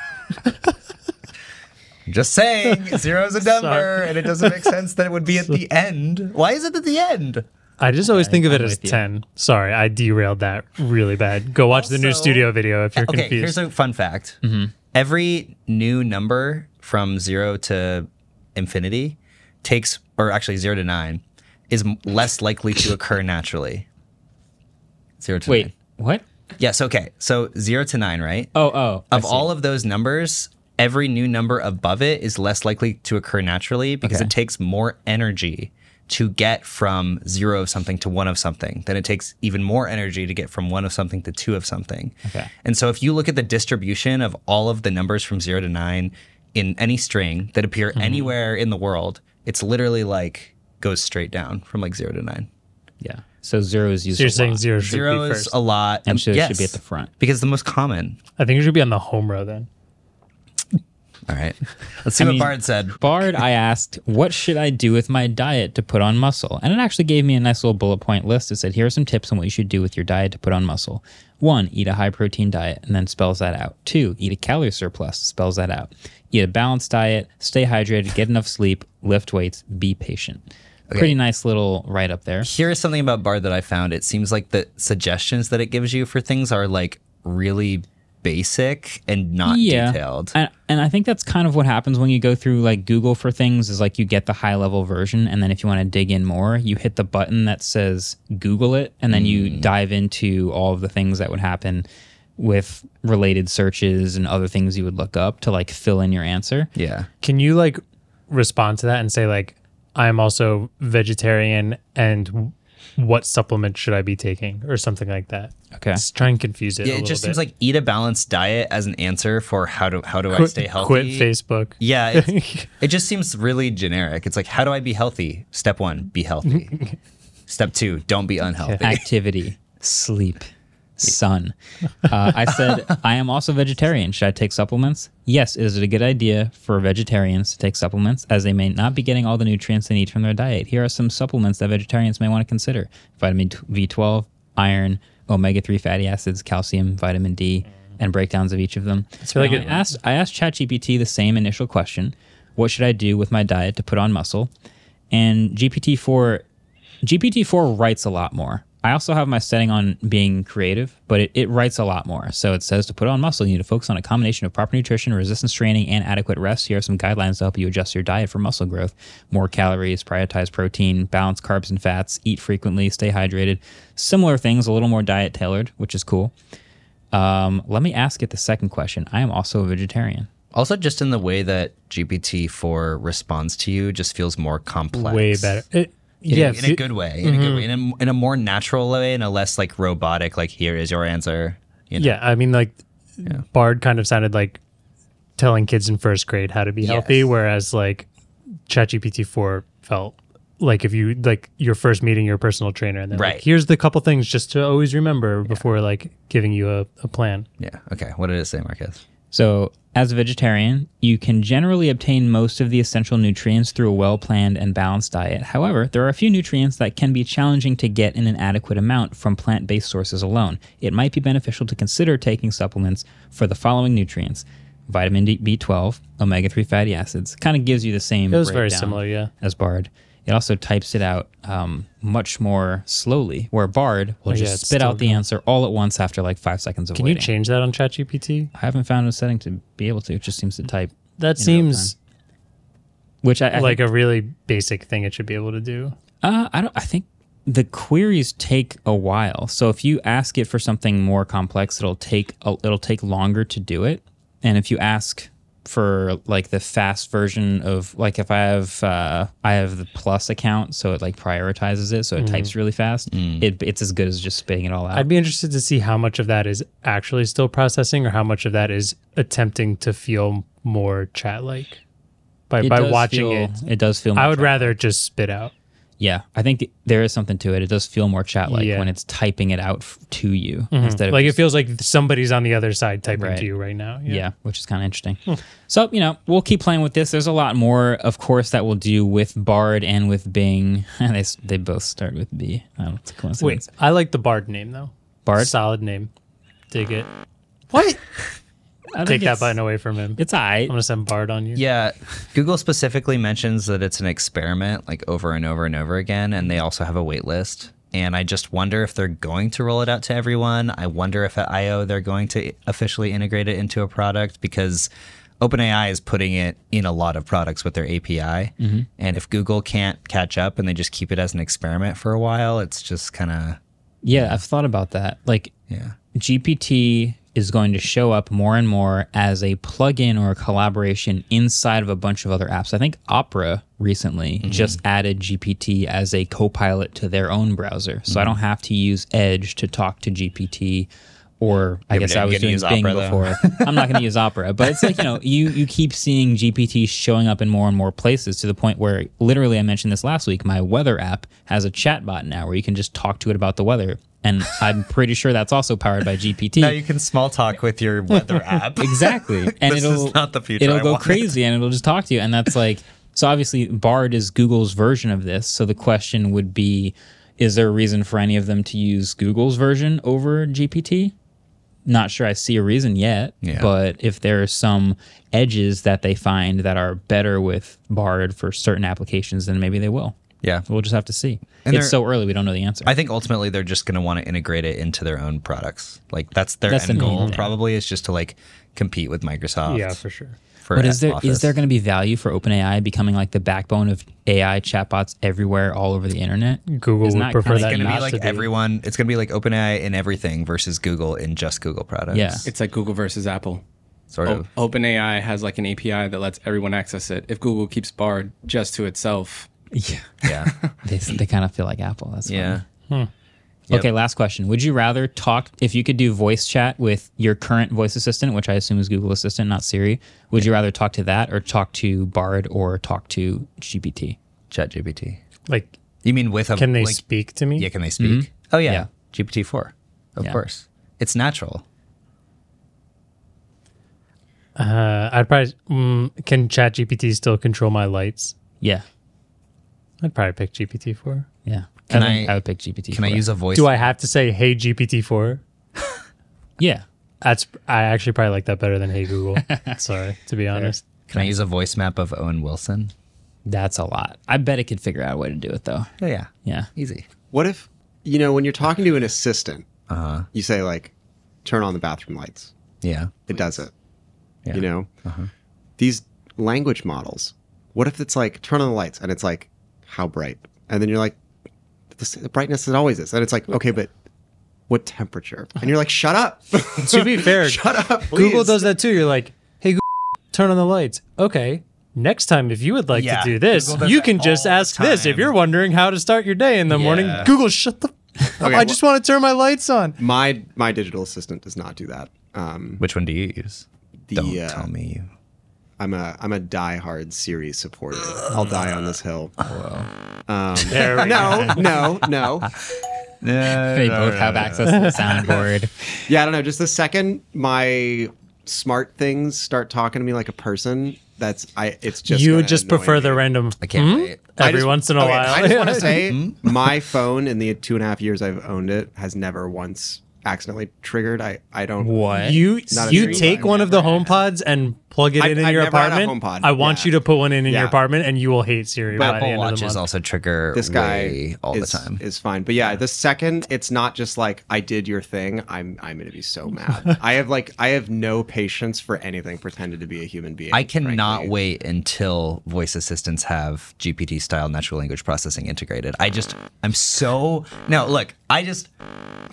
Speaker 4: just saying, zero is a number,
Speaker 3: Sorry.
Speaker 4: and it doesn't make sense that it would be at the end. Why is it at the end?
Speaker 3: I just always think of it as
Speaker 1: with you.
Speaker 3: ten. Sorry, I derailed that really bad. Go watch the new
Speaker 4: Also-
Speaker 3: studio video if you're
Speaker 4: okay,
Speaker 3: confused. Mm-hmm.
Speaker 4: here's a fun fact. Every new number from zero to infinity takes, or actually zero to nine, is m- less likely to occur naturally. Zero to
Speaker 1: Wait,
Speaker 4: nine.
Speaker 1: what?
Speaker 4: Yes. Okay. So zero to nine, right?
Speaker 1: Oh, oh. I
Speaker 4: of
Speaker 3: Um,
Speaker 1: see.
Speaker 4: all of those numbers, every new number above it is less likely to occur naturally because
Speaker 1: Okay.
Speaker 4: it takes more energy to get from zero of something to one of something than it takes even more energy to get from one of something to two of something.
Speaker 1: Okay.
Speaker 4: And so if you look at the distribution of all of the numbers from zero to nine in any string that appear
Speaker 1: Mm-hmm.
Speaker 4: anywhere in the world, it's literally like goes straight down from like zero to nine.
Speaker 1: Yeah. So zero is used.
Speaker 3: so
Speaker 1: a
Speaker 3: you're saying
Speaker 1: lot.
Speaker 3: zero should
Speaker 4: Zero
Speaker 3: be
Speaker 4: is
Speaker 3: first.
Speaker 4: a lot.
Speaker 1: And so it should be
Speaker 4: yes,
Speaker 1: at the front.
Speaker 4: Because the most common.
Speaker 3: I think it should be on the home row then.
Speaker 4: All right. Let's see what
Speaker 1: mean-
Speaker 4: Bard said.
Speaker 1: Bard, I asked, what should I do with my diet to put on muscle? And it actually gave me a nice little bullet point list. It said, here are some tips on what you should do with your diet to put on muscle. One, eat a high protein diet, and then spells that out. Two, eat a calorie surplus, spells that out. Eat a balanced diet, stay hydrated, get enough sleep, lift weights, be patient. Pretty nice little write up there.
Speaker 4: Here's something about Bard that I found. It seems like the suggestions that it gives you for things are like really basic and not detailed.
Speaker 1: And, and I think that's kind of what happens when you go through like Google for things is like you get the high level version. And then if you want to dig in more, you hit the button that says Google it. And then
Speaker 4: Hmm.
Speaker 1: you dive into all of the things that would happen with related searches and other things you would look up to like fill in your answer.
Speaker 4: yeah.
Speaker 3: Can you like respond to that and say like I'm also vegetarian and w- what supplement should I be taking or something like that?
Speaker 1: Okay.
Speaker 3: Just try and confuse it.
Speaker 4: Yeah,
Speaker 3: a
Speaker 4: it
Speaker 3: little
Speaker 4: just
Speaker 3: bit.
Speaker 4: seems like eat a balanced diet as an answer for how do how do I
Speaker 3: quit,
Speaker 4: stay healthy?
Speaker 3: quit Facebook.
Speaker 4: Yeah, it's, it just seems really generic. It's like how do I be healthy? Step 1, be healthy. Step 2, don't be unhealthy.
Speaker 1: activity, sleep, sun. Uh, I said, I am also vegetarian. Should I take supplements? Yes, is it a good idea for vegetarians to take supplements as they may not be getting all the nutrients they need from their diet? Here are some supplements that vegetarians may want to consider vitamin t- B12, iron, omega 3 fatty acids, calcium, vitamin D, and breakdowns of each of them.
Speaker 3: really
Speaker 1: Now,
Speaker 3: good.
Speaker 1: I asked, I asked ChatGPT the same initial question What should I do with my diet to put on muscle? and GPT-4 GPT-4 writes a lot more. I also have my setting on being creative, but it, it writes a lot more. So it says to put on muscle, you need to focus on a combination of proper nutrition, resistance training, and adequate rest. Here are some guidelines to help you adjust your diet for muscle growth. More calories, prioritize protein, balance carbs and fats, eat frequently, stay hydrated. Similar things, a little more diet tailored, which is cool. Um, let me ask it the second question. I am also a vegetarian.
Speaker 4: Also just in the way that GPT-4 responds to you just feels more complex.
Speaker 3: way better. It,
Speaker 4: in,
Speaker 3: yeah, Mm-hmm.
Speaker 4: in a good way, in a good way, in a, in a more natural way, in a less like robotic, like here is your answer. You know?
Speaker 3: yeah. I mean, like Bard kind of sounded like telling kids in first grade how to be healthy,
Speaker 4: Yes.
Speaker 3: whereas like ChatGPT four felt like if you like your first meeting your personal trainer and then
Speaker 4: Right.
Speaker 3: like, here's the couple things just to always remember before like giving you a, a plan.
Speaker 4: Yeah. Okay. What did it say, Marquez?
Speaker 1: So, as a vegetarian, you can generally obtain most of the essential nutrients through a well planned and balanced diet. However, there are a few nutrients that can be challenging to get in an adequate amount from plant based sources alone. It might be beneficial to consider taking supplements for the following nutrients vitamin D- B12, omega 3 fatty acids. Kind of gives you the same.
Speaker 3: It was very
Speaker 1: breakdown
Speaker 3: similar, yeah.
Speaker 1: As Bard. It also types it out um, much more slowly, where Bard will
Speaker 3: yeah,
Speaker 1: just
Speaker 3: it's
Speaker 1: spit
Speaker 3: still
Speaker 1: out the answer all at once after like five seconds of
Speaker 3: Can
Speaker 1: waiting.
Speaker 3: you change that on ChatGPT?
Speaker 1: I haven't found a setting to be able to. It just seems to type,
Speaker 3: That seems
Speaker 1: which I, I
Speaker 3: like
Speaker 1: like.
Speaker 3: a really basic thing it should be able to do.
Speaker 1: Uh, I don't. I think the queries take a while. So if you ask it for something more complex, it'll take a, it'll take longer to do it. And if you ask for like the fast version of like if I have uh, I have the plus account, so it like prioritizes it, so
Speaker 3: Mm-hmm.
Speaker 1: it types really fast. It, it's as good as just spitting it all out.
Speaker 3: I'd be interested to see how much of that is actually still processing or how much of that is attempting to feel more chat like. by, by
Speaker 1: does
Speaker 3: watching
Speaker 1: feel-
Speaker 3: it.
Speaker 1: It does feel. More
Speaker 3: I would
Speaker 1: chat-
Speaker 3: rather just spit out.
Speaker 1: Yeah, I think th- there is something to it. It does feel more chat like
Speaker 3: Yeah. Mm-hmm.
Speaker 1: when it's typing it out f- to you instead of
Speaker 3: Like it
Speaker 1: just-
Speaker 3: feels like somebody's on the other side typing
Speaker 1: Right.
Speaker 3: to you right now.
Speaker 1: yeah. which is kind of interesting. So you know, we'll keep playing with this. There's a lot more, of course, that we'll do with Bard and with Bing. they s- they both start with B. Oh, it's a
Speaker 3: Wait,
Speaker 1: coincidence.
Speaker 3: I like the Bard name though.
Speaker 1: Bard?
Speaker 3: solid name. Dig it.
Speaker 4: What?
Speaker 1: I think
Speaker 3: Take that
Speaker 1: it's-
Speaker 3: button away from him.
Speaker 1: It's I.
Speaker 3: I'm gonna send Bard on you.
Speaker 4: Yeah. Google specifically mentions that it's an experiment, like over and over and over again, and they also have a wait list. And I just wonder if they're going to roll it out to everyone. I wonder if at I/O they're going to officially integrate it into a product because OpenAI is putting it in a lot of products with their API.
Speaker 3: Mm-hmm.
Speaker 4: And if Google can't catch up and they just keep it as an experiment for a while, it's just kind of
Speaker 1: Yeah, I've thought about that. Like
Speaker 4: yeah.
Speaker 1: GPT is going to show up more and more as a plugin or a collaboration inside of a bunch of other apps. I think Opera recently
Speaker 4: Mm-hmm.
Speaker 1: just added GPT as a co-pilot to their own browser. So I
Speaker 4: Mm-hmm.
Speaker 1: don't have to use Edge to talk to GPT or I
Speaker 4: Yeah, but
Speaker 1: guess
Speaker 4: you're
Speaker 1: I was
Speaker 4: gonna
Speaker 1: doing
Speaker 4: use
Speaker 1: Bing
Speaker 4: Opera, though.
Speaker 1: before. I'm not going to use Opera, but it's like, you know, you you keep seeing GPT showing up in more and more places to the point where literally I mentioned this last week, my weather app has a chat bot now where you can just talk to it about the weather. And I'm pretty sure that's also powered by GPT.
Speaker 4: Now you can small talk with your weather app.
Speaker 1: Exactly. And
Speaker 4: This
Speaker 1: it'll
Speaker 4: is not the future
Speaker 1: It'll
Speaker 4: I
Speaker 1: go
Speaker 4: wanted.
Speaker 1: crazy and it'll just talk to you. And that's like so obviously Bard is Google's version of this. So the question would be is there a reason for any of them to use Google's version over GPT? Not sure I see a reason yet,
Speaker 4: Yeah.
Speaker 1: but if there are some edges that they find that are better with Bard for certain applications, then maybe they will.
Speaker 4: Yeah.
Speaker 1: We'll just have to see.
Speaker 4: And
Speaker 1: it's
Speaker 4: there-
Speaker 1: so early, we don't know the answer.
Speaker 4: I think ultimately they're just going to want to integrate it into their own products. Like that's their
Speaker 1: That's the
Speaker 4: end
Speaker 1: main
Speaker 4: goal.
Speaker 1: thing.
Speaker 4: Probably is just to like compete with Microsoft.
Speaker 3: yeah, for sure.
Speaker 4: for
Speaker 1: But is there is
Speaker 4: Office.
Speaker 1: there going to be value for OpenAI becoming like the backbone of AI chatbots everywhere, all over the internet?
Speaker 3: Google
Speaker 1: Isn't
Speaker 3: would
Speaker 1: that
Speaker 3: prefer
Speaker 1: kinda-
Speaker 3: that
Speaker 1: It's
Speaker 4: It's gonna
Speaker 3: not
Speaker 4: be like
Speaker 3: to be.
Speaker 4: everyone. It's gonna be like OpenAI in everything versus Google in just Google products.
Speaker 1: Yeah.
Speaker 5: It's like Google versus Apple.
Speaker 4: sort
Speaker 5: O-
Speaker 4: of.
Speaker 5: OpenAI has like an API that lets everyone access it. If Google keeps Bard just to itself,
Speaker 1: Yeah,
Speaker 3: Oh.
Speaker 4: Yeah,
Speaker 1: they, they kind of feel like Apple. That's
Speaker 4: yeah.
Speaker 1: funny. Okay, last question. Would you rather talk if you could do voice chat with your current voice assistant, which I assume is Google Assistant, not Siri? Would you rather talk to that or talk to Bard or talk to GPT?
Speaker 4: Chat GPT.
Speaker 3: Like,
Speaker 4: You mean with a
Speaker 3: can they
Speaker 4: like-
Speaker 3: speak to me?
Speaker 4: Yeah, can they speak? Oh yeah,
Speaker 1: Mm-hmm. Yeah.
Speaker 4: GPT four, of
Speaker 1: Yeah.
Speaker 4: course. It's natural.
Speaker 3: Uh, I'd probably. Mm, can ChatGPT still control my lights?
Speaker 1: Yeah,
Speaker 3: I'd probably pick GPT four.
Speaker 1: yeah.
Speaker 4: Can
Speaker 1: think
Speaker 4: I-
Speaker 1: would pick GPT.
Speaker 4: Can I
Speaker 1: for
Speaker 4: use
Speaker 1: that.
Speaker 4: a voice?
Speaker 3: Do I have to say, "Hey GPT 4
Speaker 1: Yeah.
Speaker 3: That's. I actually probably like that better than "Hey Google." Sorry, to be honest.
Speaker 4: Can I use a voice map of Owen Wilson?
Speaker 1: That's a lot. I bet it could figure out a way to do it though.
Speaker 4: Oh yeah,
Speaker 1: Yeah.
Speaker 4: easy.
Speaker 6: What if, you know, when you're talking to an assistant,
Speaker 4: Uh-huh.
Speaker 6: you say, like, turn on the bathroom lights.
Speaker 4: Yeah.
Speaker 6: It does it.
Speaker 4: Yeah. Uh-huh.
Speaker 6: You know? These language models, what if it's like, turn on the lights, and it's like, how bright? And then you're like, the s- the brightness is always this. And it's like, okay, but what temperature? And you're like, shut up.
Speaker 3: to be fair,
Speaker 6: shut up.
Speaker 3: Google
Speaker 6: please.
Speaker 3: does that too. You're like, "Hey, Google, turn on the lights." Okay. Next time, if you would like
Speaker 4: Yeah,
Speaker 3: to do this,
Speaker 4: Google does
Speaker 3: you
Speaker 4: that
Speaker 3: can just
Speaker 4: all the
Speaker 3: ask this. If
Speaker 4: time.
Speaker 3: you're wondering how to start your day in the morning,
Speaker 4: Yeah.
Speaker 3: Google, shut the.
Speaker 6: Okay,
Speaker 3: I just want to turn my lights on.
Speaker 6: My, my digital assistant does not do that. Um,
Speaker 4: Which one do you use?
Speaker 6: the,
Speaker 4: Don't
Speaker 6: uh,
Speaker 4: tell me you.
Speaker 6: I'm a I'm a diehard series supporter. I'll die on this hill.
Speaker 3: Oh,
Speaker 6: Um,
Speaker 3: There we go.
Speaker 6: No, no, no.
Speaker 1: They both have access to the soundboard.
Speaker 6: Yeah, I don't know. Just the second my smart things start talking to me like a person, that's I. It's just
Speaker 3: you
Speaker 6: gonna
Speaker 3: would just
Speaker 6: annoy
Speaker 3: prefer
Speaker 6: me.
Speaker 3: the random hmm?
Speaker 4: I can't wait.
Speaker 6: I
Speaker 3: every
Speaker 6: just-
Speaker 3: once in a
Speaker 6: okay,
Speaker 3: while.
Speaker 6: I just want to say
Speaker 3: Hmm?
Speaker 6: my phone in the two and a half years I've owned it has never once accidentally triggered. I I don't.
Speaker 1: What?
Speaker 3: you
Speaker 6: Not a
Speaker 3: you
Speaker 6: dream
Speaker 3: take
Speaker 6: I've
Speaker 3: one of the home pods and plug it
Speaker 6: I-
Speaker 3: in in
Speaker 6: I've
Speaker 3: your
Speaker 6: never had a
Speaker 3: apartment.
Speaker 6: HomePod.
Speaker 3: I want
Speaker 6: Yeah.
Speaker 3: you to put one in in your
Speaker 6: Yeah.
Speaker 3: apartment, and you will hate Siri by the
Speaker 4: Apple
Speaker 3: end of the
Speaker 4: watches
Speaker 3: month.
Speaker 4: also trigger
Speaker 6: This guy
Speaker 4: way all
Speaker 6: is-
Speaker 4: the time.
Speaker 6: is fine, but yeah, the second it's not just like I did your thing, I'm I'm gonna be so mad. I have like I have no patience for anything pretended to be a human being.
Speaker 4: I cannot
Speaker 6: frankly.
Speaker 4: wait until voice assistants have GPT style natural language processing integrated. I just I'm so no, look, I just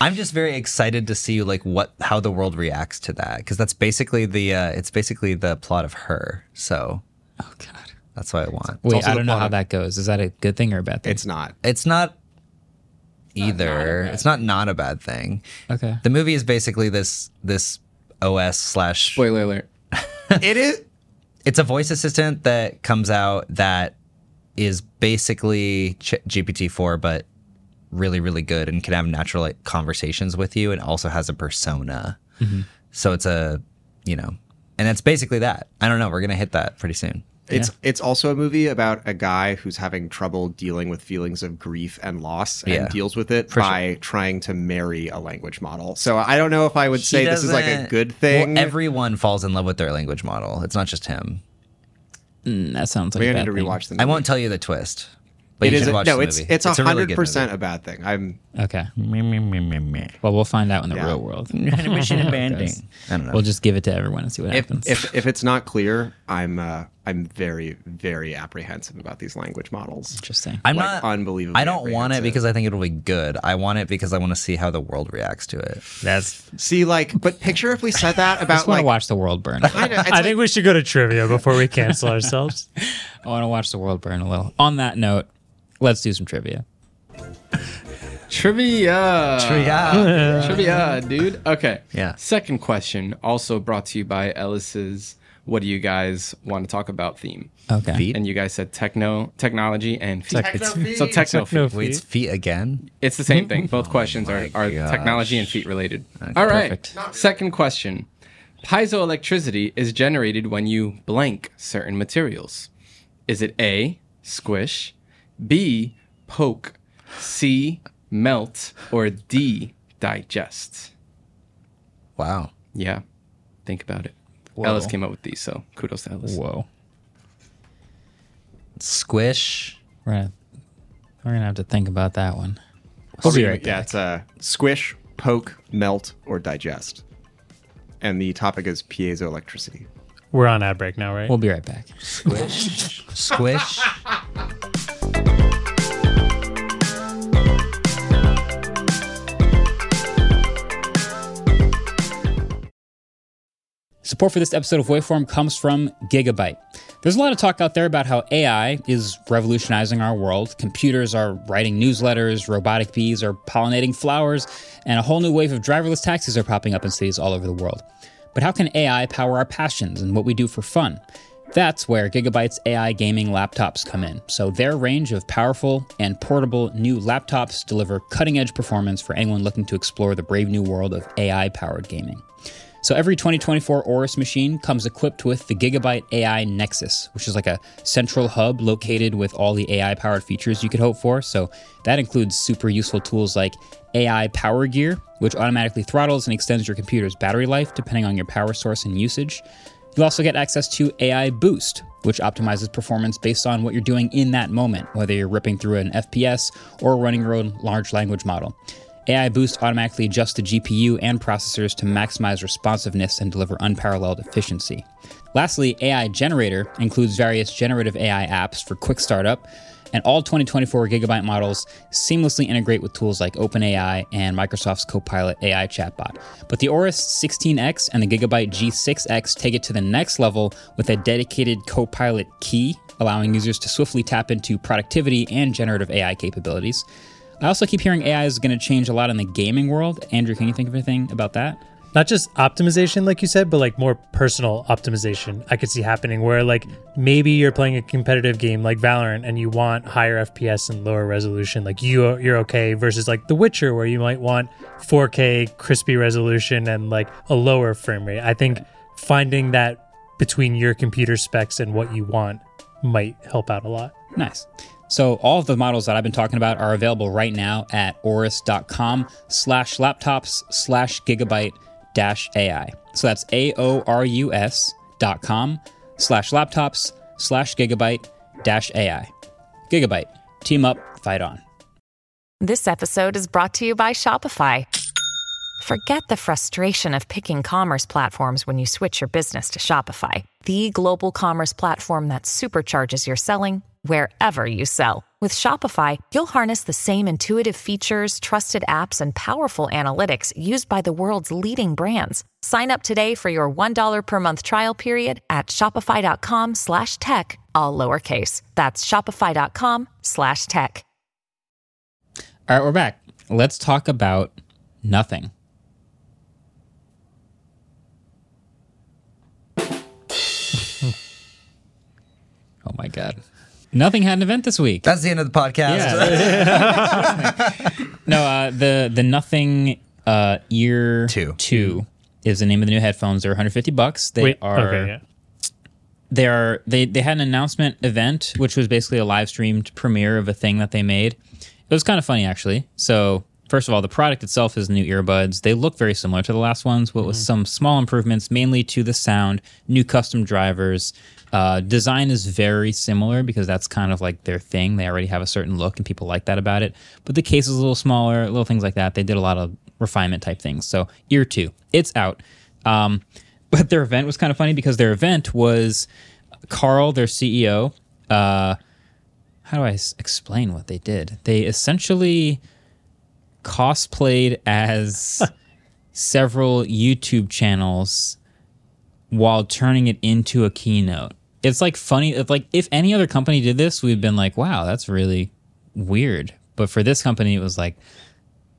Speaker 4: I'm just very excited to see like what how the world reacts to that cuz that's basically the uh it's basically the plot of her. So
Speaker 1: Oh God.
Speaker 4: that's what I want.
Speaker 1: Wait,
Speaker 6: also
Speaker 1: I
Speaker 6: the
Speaker 1: don't know
Speaker 6: plot
Speaker 1: how
Speaker 6: of-
Speaker 1: that goes. Is that a good thing or a bad thing?
Speaker 6: It's not.
Speaker 4: It's not either. It's not not a bad thing.
Speaker 1: okay.
Speaker 4: The movie is basically this this OS slash
Speaker 5: spoiler alert.
Speaker 6: It is.
Speaker 4: It's a voice assistant that comes out that is basically Ch- GPT-4, but really, really good and can have natural like, conversations with you and also has a persona.
Speaker 6: Mm-hmm.
Speaker 4: So it's a, you know, and that's basically that. I don't know. We're going to hit that pretty soon.
Speaker 6: It's it's also a movie about a guy who's having trouble dealing with feelings of grief and loss and
Speaker 4: Yeah.
Speaker 6: deals with it
Speaker 4: For sure.
Speaker 6: by trying to marry a language model. So I don't know if I would say
Speaker 4: He
Speaker 6: this is like a
Speaker 4: doesn't-
Speaker 6: good thing.
Speaker 4: Well, everyone falls in love with their language model. It's not just him.
Speaker 1: Mm, that sounds like
Speaker 6: Maybe
Speaker 1: a
Speaker 6: I
Speaker 1: bad
Speaker 6: need to
Speaker 1: thing.
Speaker 6: rewatch the movie.
Speaker 4: I won't tell you the twist, but
Speaker 6: It
Speaker 4: you
Speaker 6: is
Speaker 4: should
Speaker 6: a-
Speaker 4: watch
Speaker 6: no,
Speaker 4: the
Speaker 6: it's
Speaker 4: movie.
Speaker 6: it's
Speaker 4: a really
Speaker 6: hundred
Speaker 4: good
Speaker 6: percent a bad thing. I'm
Speaker 1: Okay.
Speaker 4: movie.
Speaker 1: Well, we'll find out in the
Speaker 6: Yeah.
Speaker 1: real world.
Speaker 4: Animation
Speaker 1: How it
Speaker 4: banding.
Speaker 1: goes.
Speaker 4: I don't know.
Speaker 1: We'll just give it to everyone and see what
Speaker 6: if,
Speaker 1: happens.
Speaker 6: if if it's not clear, I'm uh, I'm very very apprehensive about these language models.
Speaker 1: Interesting.
Speaker 4: I'm
Speaker 6: like,
Speaker 4: not
Speaker 6: unbelievably
Speaker 4: I don't want it
Speaker 6: apprehensive.
Speaker 4: because I think it'll be good. I want it because I want to see how the world reacts to it.
Speaker 1: That's.
Speaker 6: See, like, but picture if we said that
Speaker 1: I just
Speaker 6: about
Speaker 1: want to
Speaker 6: like
Speaker 1: watch the world burn.
Speaker 6: I, know, it's
Speaker 3: I think we should go to trivia before we cancel ourselves.
Speaker 1: I want to watch the world burn a little. On that note, let's do some trivia.
Speaker 5: Trivia.
Speaker 4: yeah.
Speaker 5: Ah. Trivia, dude. Okay.
Speaker 4: Yeah.
Speaker 5: Second question, also brought to you by Ellis's "What do you guys want to talk about?" theme,
Speaker 1: Okay.
Speaker 4: Feet?
Speaker 5: and you guys said techno, technology, and feet.
Speaker 6: Techno-feet.
Speaker 5: so techno.
Speaker 3: No
Speaker 5: feet.
Speaker 4: Wait, it's feet again?
Speaker 5: It's the same thing. Both questions are, are
Speaker 4: Oh gosh.
Speaker 5: technology and feet related. All right.
Speaker 1: perfect.
Speaker 5: Second question. Piezoelectricity is generated when you blank certain materials. Is it A, squish, B, poke, C, melt, or D, digest?
Speaker 4: Wow.
Speaker 5: Yeah. Think about it.
Speaker 1: Whoa.
Speaker 5: Ellis came up with these, so kudos to Ellis.
Speaker 1: Whoa.
Speaker 4: Squish.
Speaker 1: We're gonna we're gonna have to think about that one.
Speaker 6: I'll
Speaker 1: We'll be
Speaker 6: read
Speaker 1: right
Speaker 6: it. Yeah,
Speaker 1: back.
Speaker 6: it's uh, squish, poke, melt, or digest. And the topic is piezoelectricity.
Speaker 3: We're on ad break now, right?
Speaker 1: We'll be right back.
Speaker 4: Squish. Squish.
Speaker 1: Support for this episode of Waveform comes from Gigabyte. There's a lot of talk out there about how AI is revolutionizing our world. Computers are writing newsletters, robotic bees are pollinating flowers, and a whole new wave of driverless taxis are popping up in cities all over the world. But how can AI power our passions and what we do for fun? That's where Gigabyte's AI gaming laptops come in. So, their range of powerful and portable new laptops deliver cutting edge performance for anyone looking to explore the brave new world of AI powered gaming. So every 2024 Oris machine comes equipped with the Gigabyte AI Nexus, which is like a central hub located with all the AI powered features you could hope for. So that includes super useful tools like AI Power Gear, which automatically throttles and extends your computer's battery life depending on your power source and usage. You'll also get access to AI Boost, which optimizes performance based on what you're doing in that moment, whether you're ripping through an FPS or running your own large language model. AI Boost automatically adjusts the GPU and processors to maximize responsiveness and deliver unparalleled efficiency. Lastly, AI Generator includes various generative AI apps for quick startup, and all 2024 Gigabyte models seamlessly integrate with tools like OpenAI and Microsoft's Copilot AI chatbot. But the Oris 16X and the Gigabyte G6X take it to the next level with a dedicated Copilot key, allowing users to swiftly tap into productivity and generative AI capabilities. I also keep hearing AI is going to change a lot in the gaming world. Andrew, can you think of anything about that?
Speaker 3: not just optimization like you said but like more personal optimization i could see happening where like maybe you're playing a competitive game like valorant and you want higher fps and lower resolution like you you're okay versus like the witcher where you might want 4k crispy resolution and like a lower frame rate i think finding that between your computer specs and what you want might help out a lot
Speaker 1: Nice. So all of the models that I've been talking about are available right now at oris.com slash laptops slash gigabyte dash AI. So that's A-O-R-U-S dot com slash laptops slash gigabyte dash AI. Gigabyte. Team up. Fight on.
Speaker 7: This episode is brought to you by Shopify. Forget the frustration of picking commerce platforms when you switch your business to Shopify, the global commerce platform that supercharges your selling wherever you sell. With Shopify, you'll harness the same intuitive features, trusted apps, and powerful analytics used by the world's leading brands. Sign up today for your $1 per month trial period at shopify.com slash tech, all lowercase. That's shopify.com slash tech.
Speaker 1: All right, we're back. Let's talk about nothing. Oh Oh my god. Nothing had an event this week.
Speaker 4: That's the end of the podcast.
Speaker 1: yeah. no, uh, the the nothing uh, ear
Speaker 4: Two.
Speaker 1: two is the name of the new headphones. They're 150 bucks. They
Speaker 3: Wait,
Speaker 1: are
Speaker 3: okay, yeah.
Speaker 1: they are they they had an announcement event which was basically a live streamed premiere of a thing that they made. It was kind of funny actually. So first of all, the product itself is new earbuds. They look very similar to the last ones, but with some small improvements, mainly to the sound, new custom drivers. Uh, design is very similar because that's kind of like their thing. They already have a certain look, and people like that about it. But the case is a little smaller, little things like that. They did a lot of refinement type things. So ear two, it's out. Um, but their event was kind of funny because their event was Carl, their CEO. Uh, how do I s- explain what they did? They essentially cosplayed as several YouTube channels while turning it into a keynote. It's like funny. It's like if any other company did this, we'd been like, "Wow, that's really weird." But for this company, it was like,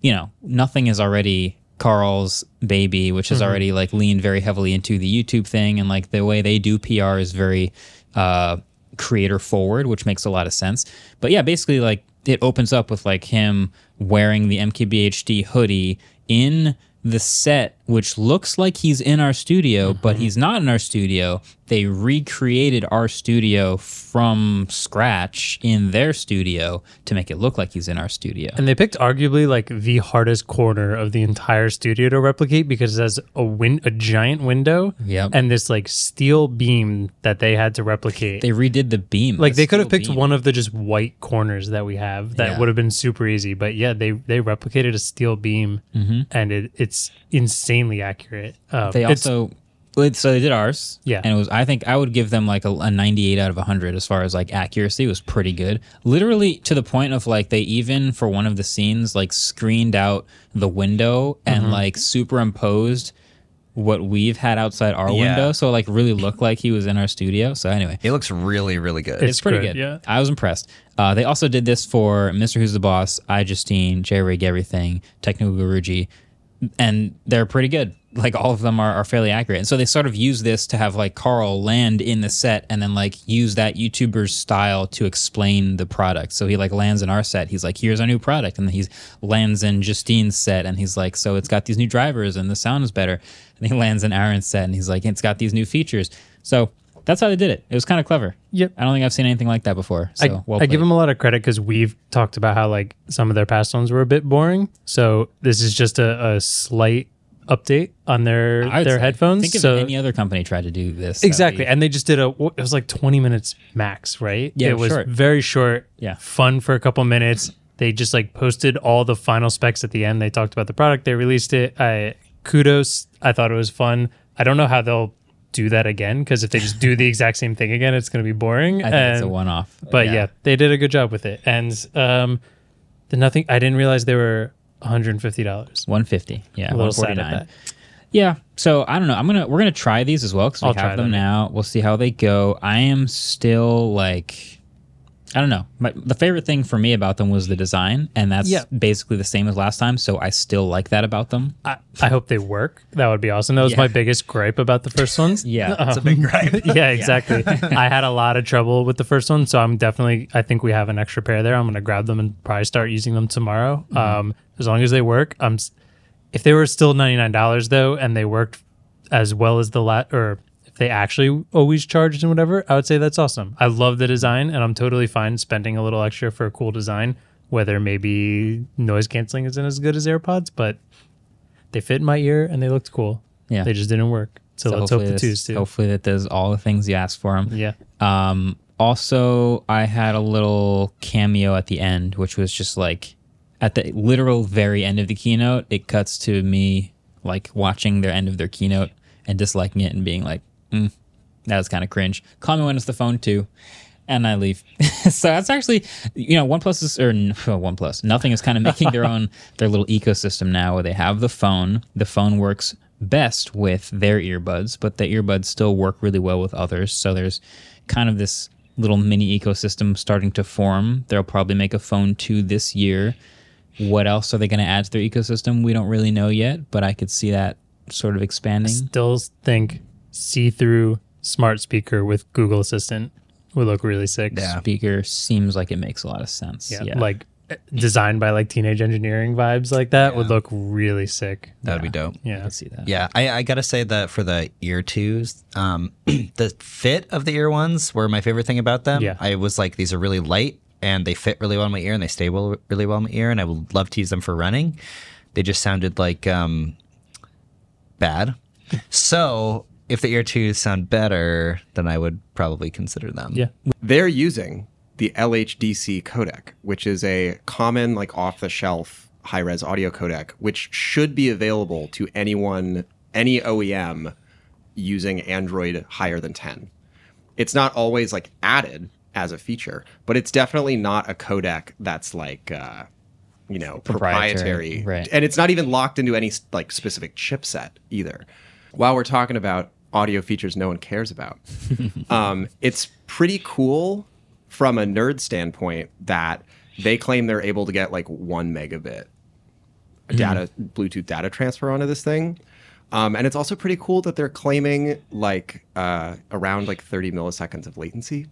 Speaker 1: you know, nothing is already Carl's baby, which has already like leaned very heavily into the YouTube thing, and like the way they do PR is very uh, creator forward, which makes a lot of sense. But yeah, basically, like it opens up with like him wearing the MKBHD hoodie in the set, which looks like he's in our studio, but he's not in our studio. They recreated our studio from scratch in their studio to make it look like he's in our studio.
Speaker 3: And they picked arguably like the hardest corner of the entire studio to replicate because it has a win a giant window
Speaker 1: Yep.
Speaker 3: and this like steel beam that they had to replicate.
Speaker 1: They redid the beam.
Speaker 3: like
Speaker 1: The
Speaker 3: they could have
Speaker 1: steel
Speaker 3: picked
Speaker 1: beam.
Speaker 3: one of the just white corners that we have that
Speaker 1: Yeah.
Speaker 3: would have been super easy. But yeah, they they replicated a steel beam and it, it's insanely accurate. Um,
Speaker 1: Mm-hmm. They
Speaker 3: it's-
Speaker 1: also well, so they did ours.
Speaker 3: Yeah.
Speaker 1: and it was. I think I would give them like a, a 98 out of 100 as far as like accuracy It was pretty good. Literally to the point of like they even for one of the scenes like screened out the window
Speaker 3: Mm-hmm.
Speaker 1: and like superimposed what we've had outside our
Speaker 4: Yeah.
Speaker 1: window, so it, like really looked like he was in our studio. So anyway,
Speaker 4: It looks really, really good.
Speaker 1: it's, pretty good.
Speaker 3: good, yeah.
Speaker 1: I was impressed. Uh, they also did this for Mr. Who's the Boss, I Justine, J Rig Everything, Technical Guruji, and they're pretty good. Like all of them are, are fairly accurate. And so they sort of use this to have like Carl land in the set and then like use that YouTuber's style to explain the product. So he like lands in our set. He's like, here's our new product. And then he lands in Justine's set and he's like, so it's got these new drivers and the sound is better. And he lands in Aaron's set and he's like, it's got these new features. So that's how they did it. It was kind of clever.
Speaker 3: Yep.
Speaker 1: I don't think I've seen anything like that before. So
Speaker 3: I,
Speaker 1: well
Speaker 3: I give
Speaker 1: played.
Speaker 3: them a lot of credit because we've talked about how like some of their past ones were a bit boring. So this is just a, a slight update on their
Speaker 1: I would
Speaker 3: their
Speaker 1: say.
Speaker 3: headphones.
Speaker 1: Think if
Speaker 3: so
Speaker 1: any other company tried to do this. that'd
Speaker 3: exactly,
Speaker 1: be-
Speaker 3: and they just did a what- it was like twenty minutes max, right?
Speaker 1: Yeah,
Speaker 3: it was
Speaker 1: short.
Speaker 3: very short.
Speaker 1: Yeah.
Speaker 3: fun for a couple minutes. They just like posted all the final specs at the end. They talked about the product. They released it. I kudos. I thought it was fun. I don't know how they'll do that again because if they just do the exact same thing again, it's going to be boring.
Speaker 1: I think it's a
Speaker 3: And-
Speaker 1: one-off.
Speaker 3: but yeah. they did a good job with it. And um, the nothing. I didn't realize they were one hundred and fifty dollars.
Speaker 1: 150. Yeah,
Speaker 3: A little sad at
Speaker 1: 149. Yeah. So I don't know. I'm gonna we're gonna try these as well because we
Speaker 3: I'll try
Speaker 1: have them
Speaker 3: them.
Speaker 1: now. We'll see how they go. I am still like, I don't know. My, the favorite thing for me about them was the design, and that's
Speaker 3: Yeah.
Speaker 1: basically the same as last time. So I still like that about them.
Speaker 3: I, I hope they work. That would be awesome. That was
Speaker 1: Yeah.
Speaker 3: my biggest gripe about the first ones.
Speaker 1: Yeah.
Speaker 4: It's a big gripe.
Speaker 3: yeah, exactly. I had a lot of trouble with the first one, so I'm definitely. I think we have an extra pair there. I'm gonna grab them and probably start using them tomorrow.
Speaker 1: Mm-hmm.
Speaker 3: Um, as long as they work, I'm. s- If they were still ninety nine dollars though, and they worked as well as the lat, or if they actually always charged and whatever, I would say that's awesome. I love the design, and I'm totally fine spending a little extra for a cool design. Whether maybe noise canceling isn't as good as AirPods, but they fit in my ear and they looked cool.
Speaker 1: Yeah.
Speaker 3: they just didn't work. So, let's hope
Speaker 1: hopefully
Speaker 3: the
Speaker 1: this-
Speaker 3: twos too.
Speaker 1: Hopefully that does all the things you asked for them.
Speaker 3: Yeah.
Speaker 1: Um, also, I had a little cameo at the end, which was just like at the literal very end of the keynote. It cuts to me like watching their end of their keynote and disliking it and being like, mm, that was kind of cringe. Call me when it's the phone too. And I leave. so that's actually, you know, OnePlus is, or n- OnePlus, nothing is kind of making their own, their little ecosystem now where they have the phone. The phone works best with their earbuds, but the earbuds still work really well with others. So there's kind of this little mini ecosystem starting to form. They'll probably make a phone two this year. What else are they going to add to their ecosystem? We don't really know yet, but I could see that sort of expanding.
Speaker 3: still think see through smart speaker with Google Assistant would look really sick.
Speaker 1: speaker seems like it makes a lot of sense.
Speaker 3: Yeah,
Speaker 1: Yeah.
Speaker 3: like eh, designed by like teenage engineering vibes like that would look really sick.
Speaker 4: That would be dope.
Speaker 1: I
Speaker 3: Yeah.
Speaker 1: can see that.
Speaker 4: Yeah, I, I gotta say that for the ear twos, um, the fit of the ear ones were my favorite thing about them.
Speaker 3: Yeah.
Speaker 4: I was like, these are really light and they fit really well in my ear and they stay well, really well in my ear, and I would love to use them for running. They just sounded like um, bad. So if the ear twos sound better, then I would probably consider them.
Speaker 3: Yeah.
Speaker 6: They're using the LHDC codec, which is a common, like off the shelf high res audio codec, which should be available to anyone, any OEM using Android higher than 10. It's not always like added as a feature, but it's definitely not a codec that's like, uh, you know,
Speaker 1: Proprietary,
Speaker 6: proprietary.
Speaker 1: right.
Speaker 6: And it's not even locked into any like specific chipset either. While we're talking about audio features no one cares about, um, it's pretty cool from a nerd standpoint that they claim they're able to get like one megabit data Bluetooth data transfer onto this thing. Um, and it's also pretty cool that they're claiming like uh, around like 30 milliseconds of latency.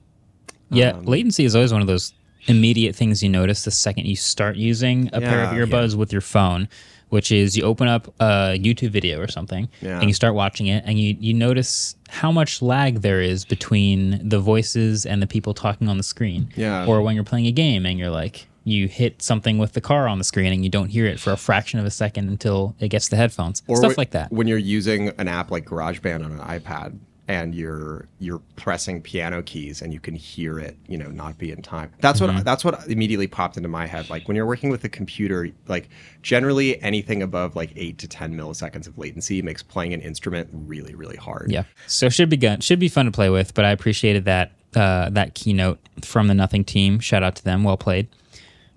Speaker 1: Yeah,
Speaker 6: Um,
Speaker 1: latency is always one of those immediate things you notice the second you start using a pair of
Speaker 6: Yeah,
Speaker 1: earbuds with your phone, which is you open up a YouTube video or something
Speaker 6: Yeah.
Speaker 1: and you start watching it and you, you notice how much lag there is between the voices and the people talking on the screen.
Speaker 6: Yeah.
Speaker 1: Or when you're playing a game and you're like, you hit something with the car on the screen and you don't hear it for a fraction of a second until it gets to headphones. Stuff
Speaker 6: when-
Speaker 1: like that.
Speaker 6: When you're using an app like GarageBand on an iPad and you're you're pressing piano keys and you can hear it, you know, not be in time. That's
Speaker 1: Mm-hmm.
Speaker 6: what that's what immediately popped into my head. Like when you're working with a computer, like generally anything above like eight to ten milliseconds of latency makes playing an instrument really, really hard.
Speaker 1: Yeah. So it should be good. Should be fun to play with. But I appreciated that uh, that keynote from the Nothing team. Shout out to them. Well played.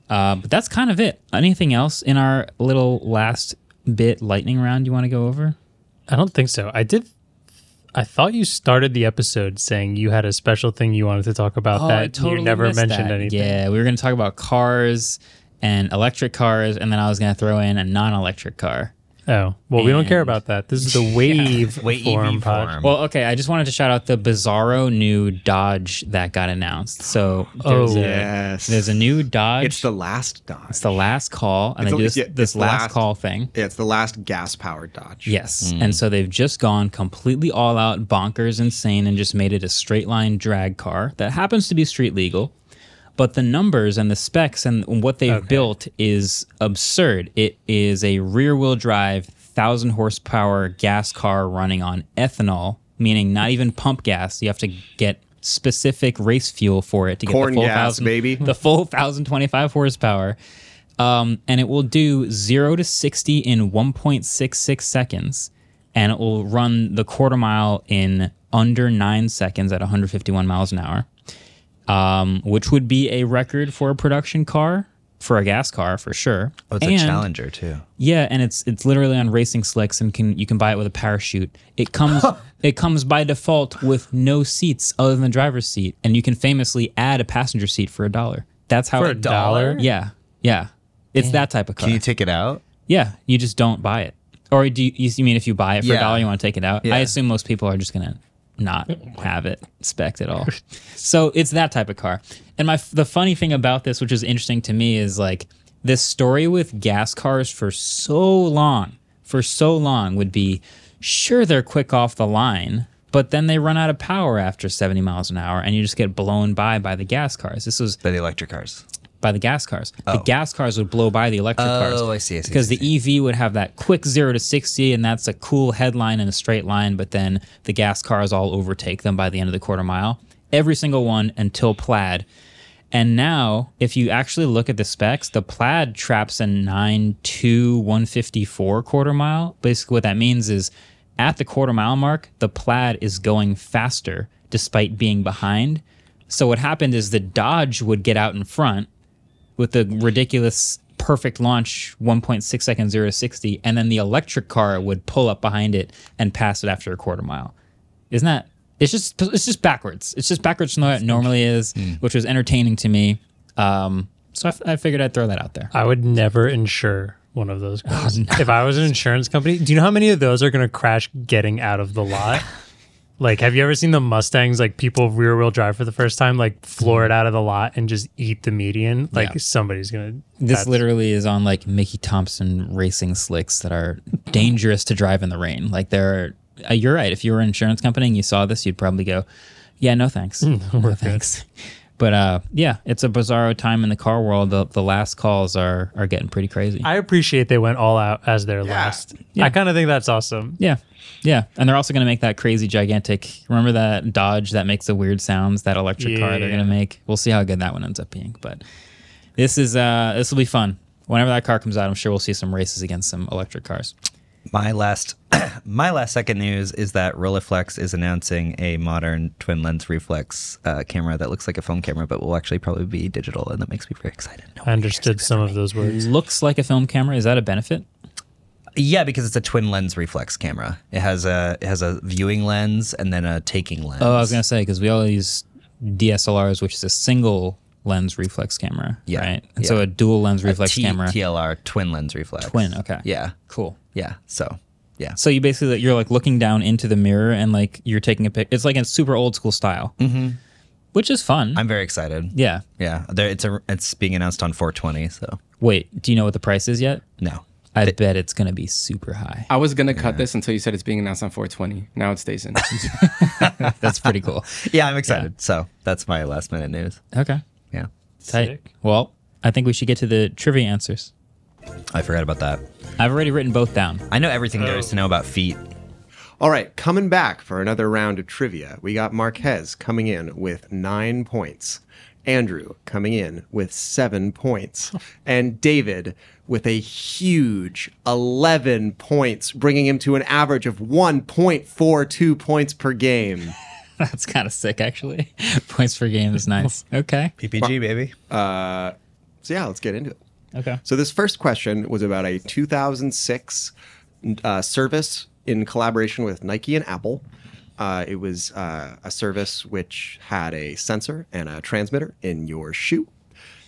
Speaker 1: Uh, but that's kind of it. Anything else in our little last bit lightning round you want to go over?
Speaker 3: I don't think so. I did. I thought you started the episode saying you had a special thing you wanted to talk about
Speaker 1: Oh, I
Speaker 3: that
Speaker 1: totally
Speaker 3: you never
Speaker 1: missed
Speaker 3: mentioned
Speaker 1: that.
Speaker 3: anything.
Speaker 1: Yeah, we were going to talk about cars and electric cars, and then I was going to throw in a non-electric car.
Speaker 3: Oh, well, we don't care
Speaker 1: And-
Speaker 3: about that. This is the wave
Speaker 4: Way
Speaker 3: form
Speaker 4: EV
Speaker 3: pod.
Speaker 4: form.
Speaker 1: Well, okay. I just wanted to shout out the bizarro new Dodge that got announced. So there's
Speaker 3: Oh.
Speaker 1: a,
Speaker 6: Yes.
Speaker 1: there's a new Dodge.
Speaker 6: It's the last Dodge.
Speaker 1: It's the last call, and they
Speaker 6: It's
Speaker 1: do
Speaker 6: the-
Speaker 1: this,
Speaker 6: yeah,
Speaker 1: this
Speaker 6: it's the
Speaker 1: last,
Speaker 6: last-
Speaker 1: call thing.
Speaker 6: Yeah, it's the last gas powered Dodge.
Speaker 1: Yes. And so they've just gone completely all out, bonkers, insane, and just made it a straight line drag car that happens to be street legal. But the numbers and the specs and what they've built is absurd. It is a rear wheel drive, 1,000 horsepower gas car running on ethanol, meaning not even pump gas. You have to get specific race fuel for it to get
Speaker 6: Corn
Speaker 1: the full
Speaker 6: gas,
Speaker 1: 1,000
Speaker 6: baby.
Speaker 1: the full 1025 horsepower. Um, and it will do 0 to 60 in 1.66 seconds. And it will run the quarter mile in under nine seconds at 151 miles an hour, um, which would be a record for a production car, for a gas car, for sure.
Speaker 4: oh, it's
Speaker 1: And-
Speaker 4: a challenger too.
Speaker 1: Yeah, and it's it's literally on racing slicks, and can you can buy it with a parachute. It comes it comes by default with no seats other than the driver's seat, and you can famously add a passenger seat for a dollar. That's how
Speaker 3: For a
Speaker 1: it-
Speaker 3: dollar?
Speaker 1: Yeah, yeah, it's that type of car.
Speaker 4: Can you take it out?
Speaker 1: yeah, you just don't buy it, or do you, you mean if you buy it for a
Speaker 4: Yeah.
Speaker 1: dollar, you want to take it out? I assume most people are just gonna not have it spec at all. so it's that type of car. And my the funny thing about this, which is interesting to me, is like this story with gas cars for so long, for so long would be sure they're quick off the line, but then they run out of power after 70 miles an hour, and you just get blown by by the gas cars. This was
Speaker 4: By the electric cars.
Speaker 1: by the gas cars. The gas cars would blow by the electric cars.
Speaker 4: Oh. I see, I see,
Speaker 1: Because
Speaker 4: I see,
Speaker 1: the EV would have that quick zero to 60, and that's a cool headline and a straight line, but then the gas cars all overtake them by the end of the quarter mile. Every single one until plaid. And now, if you actually look at the specs, the plaid traps a 9.2 154 quarter mile. Basically, what that means is at the quarter mile mark, the plaid is going faster despite being behind. So, what happened is the Dodge would get out in front with the ridiculous perfect launch 1.6 seconds 0 to 60 and then the electric car would pull up behind it and pass it after a quarter mile isn't that it's just it's just backwards it's just backwards from what it normally is which was entertaining to me um so I, f- I figured i'd throw that out there
Speaker 3: I would never insure one of those cars. If I was an insurance company, do you know how many of those are going to crash getting out of the lot? Like, have you ever seen the Mustangs, like people rear wheel drive for the first time, like floor it out of the lot and just eat the median? Like,
Speaker 1: Yeah.
Speaker 3: somebody's gonna.
Speaker 1: This
Speaker 3: that's-
Speaker 1: literally is on like Mickey Thompson racing slicks that are dangerous to drive in the rain. Like there are, uh, you're right. If you were an insurance company and you saw this, you'd probably go, "Yeah, no thanks, no thanks." But uh, yeah, it's a bizarro time in the car world. The, the last calls are are getting pretty crazy.
Speaker 3: I appreciate they went all out as their last. I kind of think that's awesome.
Speaker 1: yeah, yeah, and they're also going to make that crazy gigantic. Remember that Dodge that makes the weird sounds that electric car they're
Speaker 3: Yeah.
Speaker 1: going to make. We'll see how good that one ends up being. But this is uh, this will be fun. Whenever that car comes out, I'm sure we'll see some races against some electric cars.
Speaker 4: My last, my last second news is that Rolleiflex is announcing a modern twin lens reflex uh, camera that looks like a phone camera, but will actually probably be digital, and that makes me very excited. No
Speaker 3: I
Speaker 4: one cares.
Speaker 3: understood some of those words.
Speaker 1: looks like a film camera. Is that a benefit?
Speaker 4: Yeah, because it's a twin lens reflex camera. It has a it has a viewing lens and then a taking lens.
Speaker 1: Oh, I was gonna say because we all use DSLRs, which is a single lens reflex camera,
Speaker 4: Yeah,
Speaker 1: right? And so
Speaker 4: yeah.
Speaker 1: a dual lens reflex
Speaker 4: T-
Speaker 1: camera,
Speaker 4: TLR twin lens reflex.
Speaker 1: twin. Okay,
Speaker 4: Yeah.
Speaker 1: cool.
Speaker 4: Yeah. So. Yeah.
Speaker 1: So you basically you're like looking down into the mirror and like you're taking a pic. It's like a super old school style, mm-hmm. which is fun.
Speaker 4: I'm very excited.
Speaker 1: yeah.
Speaker 4: Yeah. There, it's a it's being announced on 420. So
Speaker 1: Wait, do you know what the price is yet?
Speaker 4: no.
Speaker 1: I bet it's gonna be super high.
Speaker 5: I was gonna cut this until you said it's being announced on 420. Now it stays in.
Speaker 1: That's pretty cool.
Speaker 4: Yeah, I'm excited. So that's my last minute news.
Speaker 1: Okay,
Speaker 4: Yeah.
Speaker 1: tight.
Speaker 3: Sick.
Speaker 1: Well, I think we should get to the trivia answers.
Speaker 4: I forgot about that.
Speaker 1: I've already written both down.
Speaker 4: I know everything there
Speaker 5: Oh.
Speaker 4: is to know about feet.
Speaker 6: All right, coming back for another round of trivia, we got Marquez coming in with nine points, Andrew coming in with seven points, and David with a huge 11 points, bringing him to an average of 1.42 points per game.
Speaker 1: That's kind of sick, actually. Points per game is nice. Okay.
Speaker 4: PPG baby.
Speaker 6: So, yeah, let's get into it.
Speaker 1: Okay.
Speaker 6: So this first question was about a 2006 uh, service in collaboration with Nike and Apple. Uh, it was uh, a service which had a sensor and a transmitter in your shoe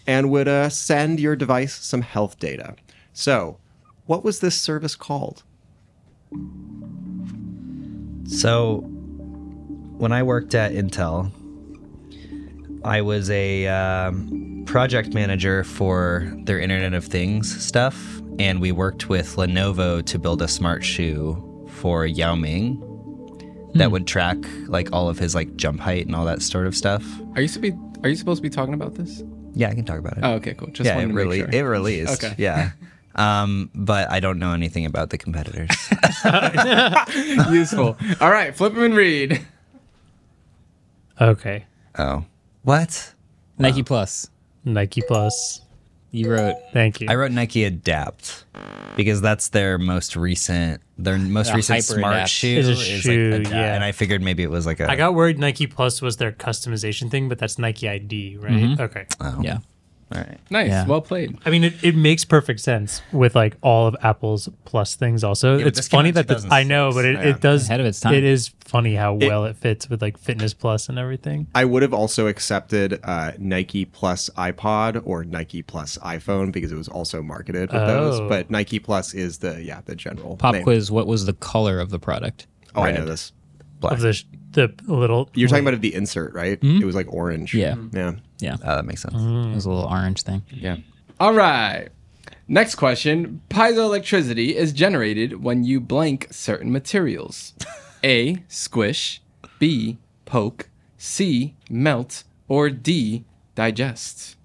Speaker 6: and would uh, send your device some health data. So, what was this service called?
Speaker 4: So, when I worked at Intel, I was a um, project manager for their Internet of Things stuff, and we worked with Lenovo to build a smart shoe for Yao Ming
Speaker 5: Hmm.
Speaker 4: that would track like all of his like jump height and all that sort of stuff.
Speaker 5: Are you supposed to be? Are you supposed to be talking about this?
Speaker 4: Yeah, I can talk about it.
Speaker 5: Oh, okay, cool. Just
Speaker 4: yeah,
Speaker 5: wanted
Speaker 4: it,
Speaker 5: to
Speaker 4: really,
Speaker 5: make
Speaker 4: it
Speaker 5: sure.
Speaker 4: released.
Speaker 5: Okay.
Speaker 4: Yeah. Um, but I don't know anything about the competitors.
Speaker 5: Useful. All right, flip them and read.
Speaker 3: Okay,
Speaker 4: oh, what?
Speaker 1: Nike Plus.
Speaker 3: Nike Plus.
Speaker 1: You wrote
Speaker 3: Thank you.
Speaker 4: I wrote Nike Adapt because that's their most recent their most
Speaker 1: A
Speaker 4: recent
Speaker 1: hyper
Speaker 4: smart
Speaker 1: Adapt.
Speaker 4: shoe
Speaker 3: It's a shoe,
Speaker 4: like Adapt,
Speaker 3: yeah.
Speaker 4: and I figured maybe it was like a
Speaker 3: I got worried Nike Plus was their customization thing, but that's Nike ID, right? Okay.
Speaker 1: yeah.
Speaker 4: oh, all right.
Speaker 5: Nice.
Speaker 1: Yeah.
Speaker 5: Well played.
Speaker 3: I mean, it, it makes perfect sense with like all of Apple's Plus things. Also,
Speaker 4: but
Speaker 3: it's
Speaker 4: this came
Speaker 3: funny
Speaker 4: out
Speaker 3: that the, I know, but it, it does
Speaker 1: Ahead of its time.
Speaker 3: It is funny how well it fits with like Fitness Plus and everything.
Speaker 6: I would have also accepted uh, Nike plus iPod or Nike plus iPhone because it was also marketed with
Speaker 3: Oh.
Speaker 6: those. But Nike plus is the yeah the general
Speaker 1: Pop
Speaker 6: name.
Speaker 1: quiz. What was the color of the product?
Speaker 6: Oh, I know this.
Speaker 4: Black.
Speaker 3: Of the sh- the little
Speaker 6: You're talking about the insert, right?
Speaker 3: Hmm?
Speaker 6: It was like orange.
Speaker 1: Yeah.
Speaker 6: Yeah.
Speaker 1: Yeah.
Speaker 4: oh, that makes sense.
Speaker 3: Mm-hmm.
Speaker 1: It was a little orange thing.
Speaker 5: Yeah. All right. Next question. Piezoelectricity is generated when you blank certain materials. A. Squish. B. Poke. C. Melt. Or D. Digest.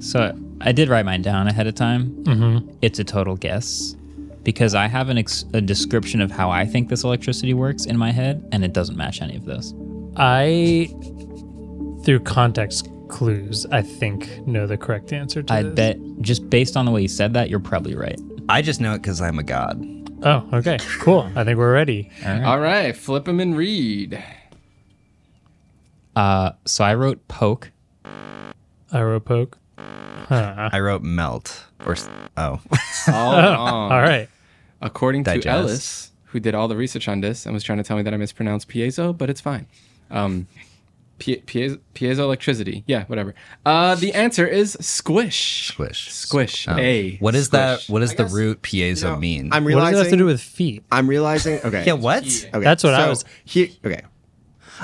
Speaker 1: So I did write mine down ahead of time. Mm-hmm. It's a total guess because I have an ex- a description of how I think this electricity works in my head, and it doesn't match any of those.
Speaker 3: I through context clues, I think know the correct answer to
Speaker 1: I
Speaker 3: this.
Speaker 1: bet just based on the way you said that, you're probably right.
Speaker 4: I just know it because I'm a god.
Speaker 3: Oh, okay, cool. I think we're ready.
Speaker 5: All right. Flip them and read.
Speaker 1: Uh, so I wrote poke.
Speaker 3: I wrote poke. Ah.
Speaker 4: I wrote melt or s- oh
Speaker 5: All
Speaker 4: Um,
Speaker 5: wrong.
Speaker 3: All right.
Speaker 5: According
Speaker 4: Digest.
Speaker 5: to Ellis, who did all the research on this and was trying to tell me that I mispronounced piezo, but it's fine. Um, Pie- piezo- piezoelectricity. Yeah, whatever. Uh, the answer is squish.
Speaker 4: Squish.
Speaker 5: Squish.
Speaker 4: Um,
Speaker 5: A.
Speaker 4: What is that? What does
Speaker 6: I
Speaker 4: the
Speaker 6: guess-
Speaker 4: root piezo mean?
Speaker 6: I'm
Speaker 3: What does
Speaker 6: realizing.
Speaker 3: it have to do with feet?
Speaker 6: I'm realizing. Okay.
Speaker 4: yeah. What?
Speaker 6: Okay,
Speaker 3: That's what I was-
Speaker 6: He, okay.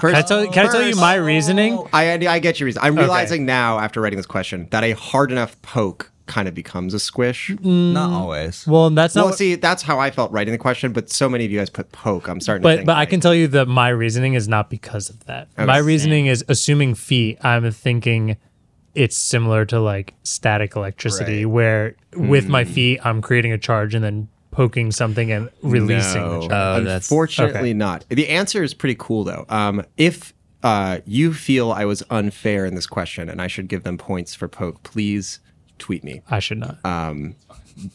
Speaker 3: Can I tell, can I tell you my reasoning?
Speaker 6: I, I get your reason. I'm realizing now after writing this question that a hard enough poke kind of becomes a squish.
Speaker 4: Not always.
Speaker 3: Well, and that's not.
Speaker 6: well,
Speaker 3: what-
Speaker 6: see, that's how I felt writing the question, but so many of you guys put poke. I'm starting to
Speaker 3: but
Speaker 6: think
Speaker 3: but I
Speaker 6: like-
Speaker 3: can tell you that my reasoning is not because of that. My reasoning is assuming feet. I'm thinking it's similar to like static electricity, where with my feet I'm creating a charge and then poking something and releasing the charge.
Speaker 1: Oh, that's
Speaker 6: Unfortunately, not. The answer is pretty cool though. Um, if uh, you feel I was unfair in this question and I should give them points for poke, please tweet me.
Speaker 3: I should not.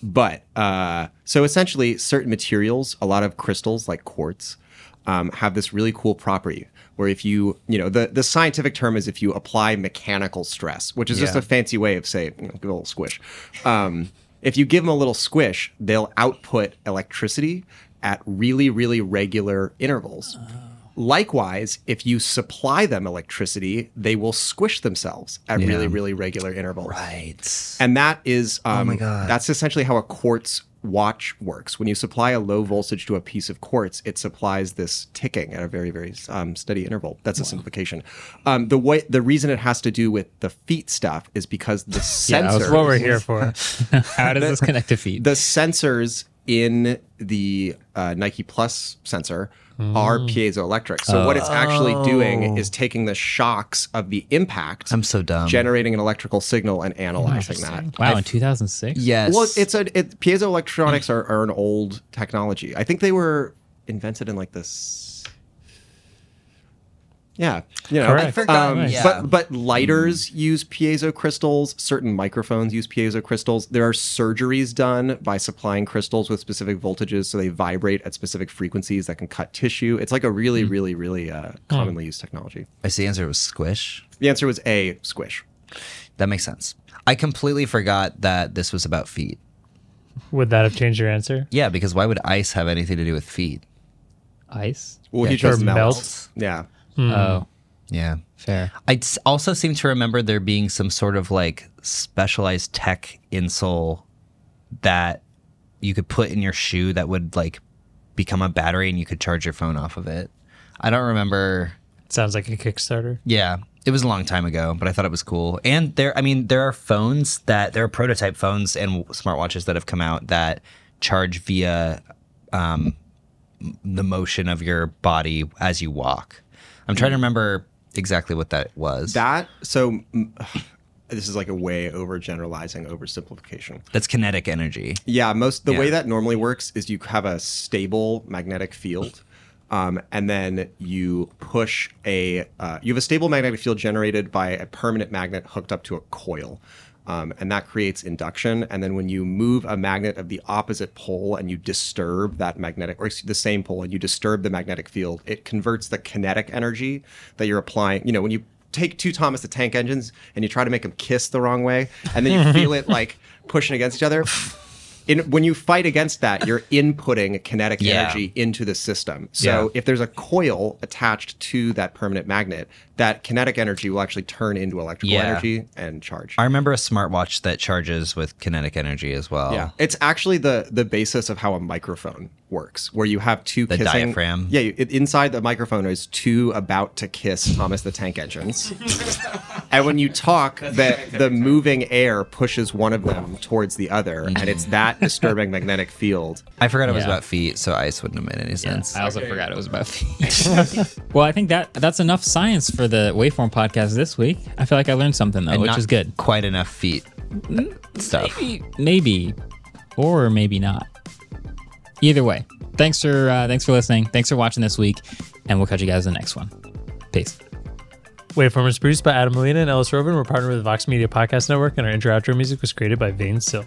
Speaker 6: But uh, so essentially, certain materials, a lot of crystals like quartz, um, have this really cool property where if you, you know, the, the scientific term is if you apply mechanical stress, which is just
Speaker 4: Yeah.
Speaker 6: a fancy way of saying you know, give it a little squish. Um, if you give them a little squish, they'll output electricity at really, really regular intervals. Likewise, if you supply them electricity, they will squish themselves at really, really regular intervals.
Speaker 4: Right.
Speaker 6: And that is, um,
Speaker 1: Oh
Speaker 6: that's essentially how a quartz watch works. When you supply a low voltage to a piece of quartz, it supplies this ticking at a very, very um, steady interval. That's a simplification. Um, the way, the reason it has to do with the feet stuff is because the
Speaker 1: I was
Speaker 6: sensor,
Speaker 3: That's what we're here for.
Speaker 1: How does this connect to feet?
Speaker 6: the sensors in the uh, Nike Plus sensor are
Speaker 4: Mm.
Speaker 6: piezoelectric. So what it's actually doing is taking the shocks of the impact,
Speaker 4: Oh. I'm so dumb.
Speaker 6: generating an electrical signal and analyzing that.
Speaker 1: wow, in 2006?
Speaker 4: yes. Mm.
Speaker 6: Well, it's a it, piezoelectronics are, are an old technology. I think they were invented in like this. Yeah, you know, Um,
Speaker 3: Correct. I
Speaker 4: forgot, yeah.
Speaker 6: But but lighters
Speaker 4: Mm.
Speaker 6: use piezo crystals. Certain microphones use piezo crystals. There are surgeries done by supplying crystals with specific voltages, so they vibrate at specific frequencies that can cut tissue. It's like a
Speaker 4: Mm.
Speaker 6: really, really, really uh, commonly used technology.
Speaker 4: I see. The answer was squish.
Speaker 6: The answer was A. Squish.
Speaker 4: That makes sense. I completely forgot that this was about feet.
Speaker 3: Would that have changed your answer?
Speaker 4: Yeah, because why would ice have anything to do with feet?
Speaker 1: Ice?
Speaker 6: Well,
Speaker 4: Yeah,
Speaker 6: he
Speaker 4: it does
Speaker 6: just
Speaker 3: melt.
Speaker 6: melts. Yeah.
Speaker 1: Oh,
Speaker 4: Yeah.
Speaker 1: fair.
Speaker 4: I s- also seem to remember there being some sort of like specialized tech insole that you could put in your shoe that would like become a battery and you could charge your phone off of it. I don't remember.
Speaker 3: Sounds like a Kickstarter.
Speaker 4: Yeah, it was a long time ago, but I thought it was cool. And there, I mean, there are phones that there are prototype phones and smartwatches that have come out that charge via um, the motion of your body as you walk. I'm trying to remember exactly what that was.
Speaker 6: That so mm, this is like a way over generalizing, oversimplification.
Speaker 4: That's kinetic energy.
Speaker 6: Yeah, most the way
Speaker 4: Yeah.
Speaker 6: that normally works is you have a stable magnetic field. Um, and then you push a uh, you have a stable magnetic field generated by a permanent magnet hooked up to a coil um, and that creates induction and then when you move a magnet of the opposite pole and you disturb that magnetic or excuse- the same pole and you disturb the magnetic field it converts the kinetic energy that you're applying you know when you take two Thomas the Tank Engines and you try to make them kiss the wrong way, and then you feel it like pushing against each other. In, when you fight against that, you're inputting kinetic
Speaker 4: Yeah.
Speaker 6: energy into the system. So
Speaker 4: Yeah.
Speaker 6: if there's a coil attached to that permanent magnet, that kinetic energy will actually turn into electrical
Speaker 4: Yeah.
Speaker 6: energy and charge.
Speaker 4: I remember a smartwatch that charges with kinetic energy as well.
Speaker 6: Yeah, it's actually the the basis of how a microphone works, where you have two
Speaker 4: The
Speaker 6: kissing,
Speaker 4: diaphragm.
Speaker 6: Yeah, you- it, inside the microphone is two about to kiss Thomas the Tank Engines, and when you talk, the the moving air pushes one of them towards the other, and
Speaker 4: Mm-hmm.
Speaker 6: it's that disturbing magnetic field.
Speaker 4: I forgot it was
Speaker 1: Yeah. Oh,
Speaker 4: about feet, so ice wouldn't have made any sense.
Speaker 1: I also forgot it was about feet. well, I think that that's enough science for the Waveform podcast this week. I feel like I learned something though,
Speaker 4: And
Speaker 1: which
Speaker 4: not
Speaker 1: is good. Mm.
Speaker 4: Quite enough feet stuff.
Speaker 1: Maybe, or maybe not. Either way, thanks for uh, thanks for listening. Thanks for watching this week, and we'll catch you guys in the next one. Peace.
Speaker 3: Waveform is produced by Adam Molina and Ellis Robin. We're partnered with Vox Media Podcast Network, and our intro outro music was created by Vane Sill.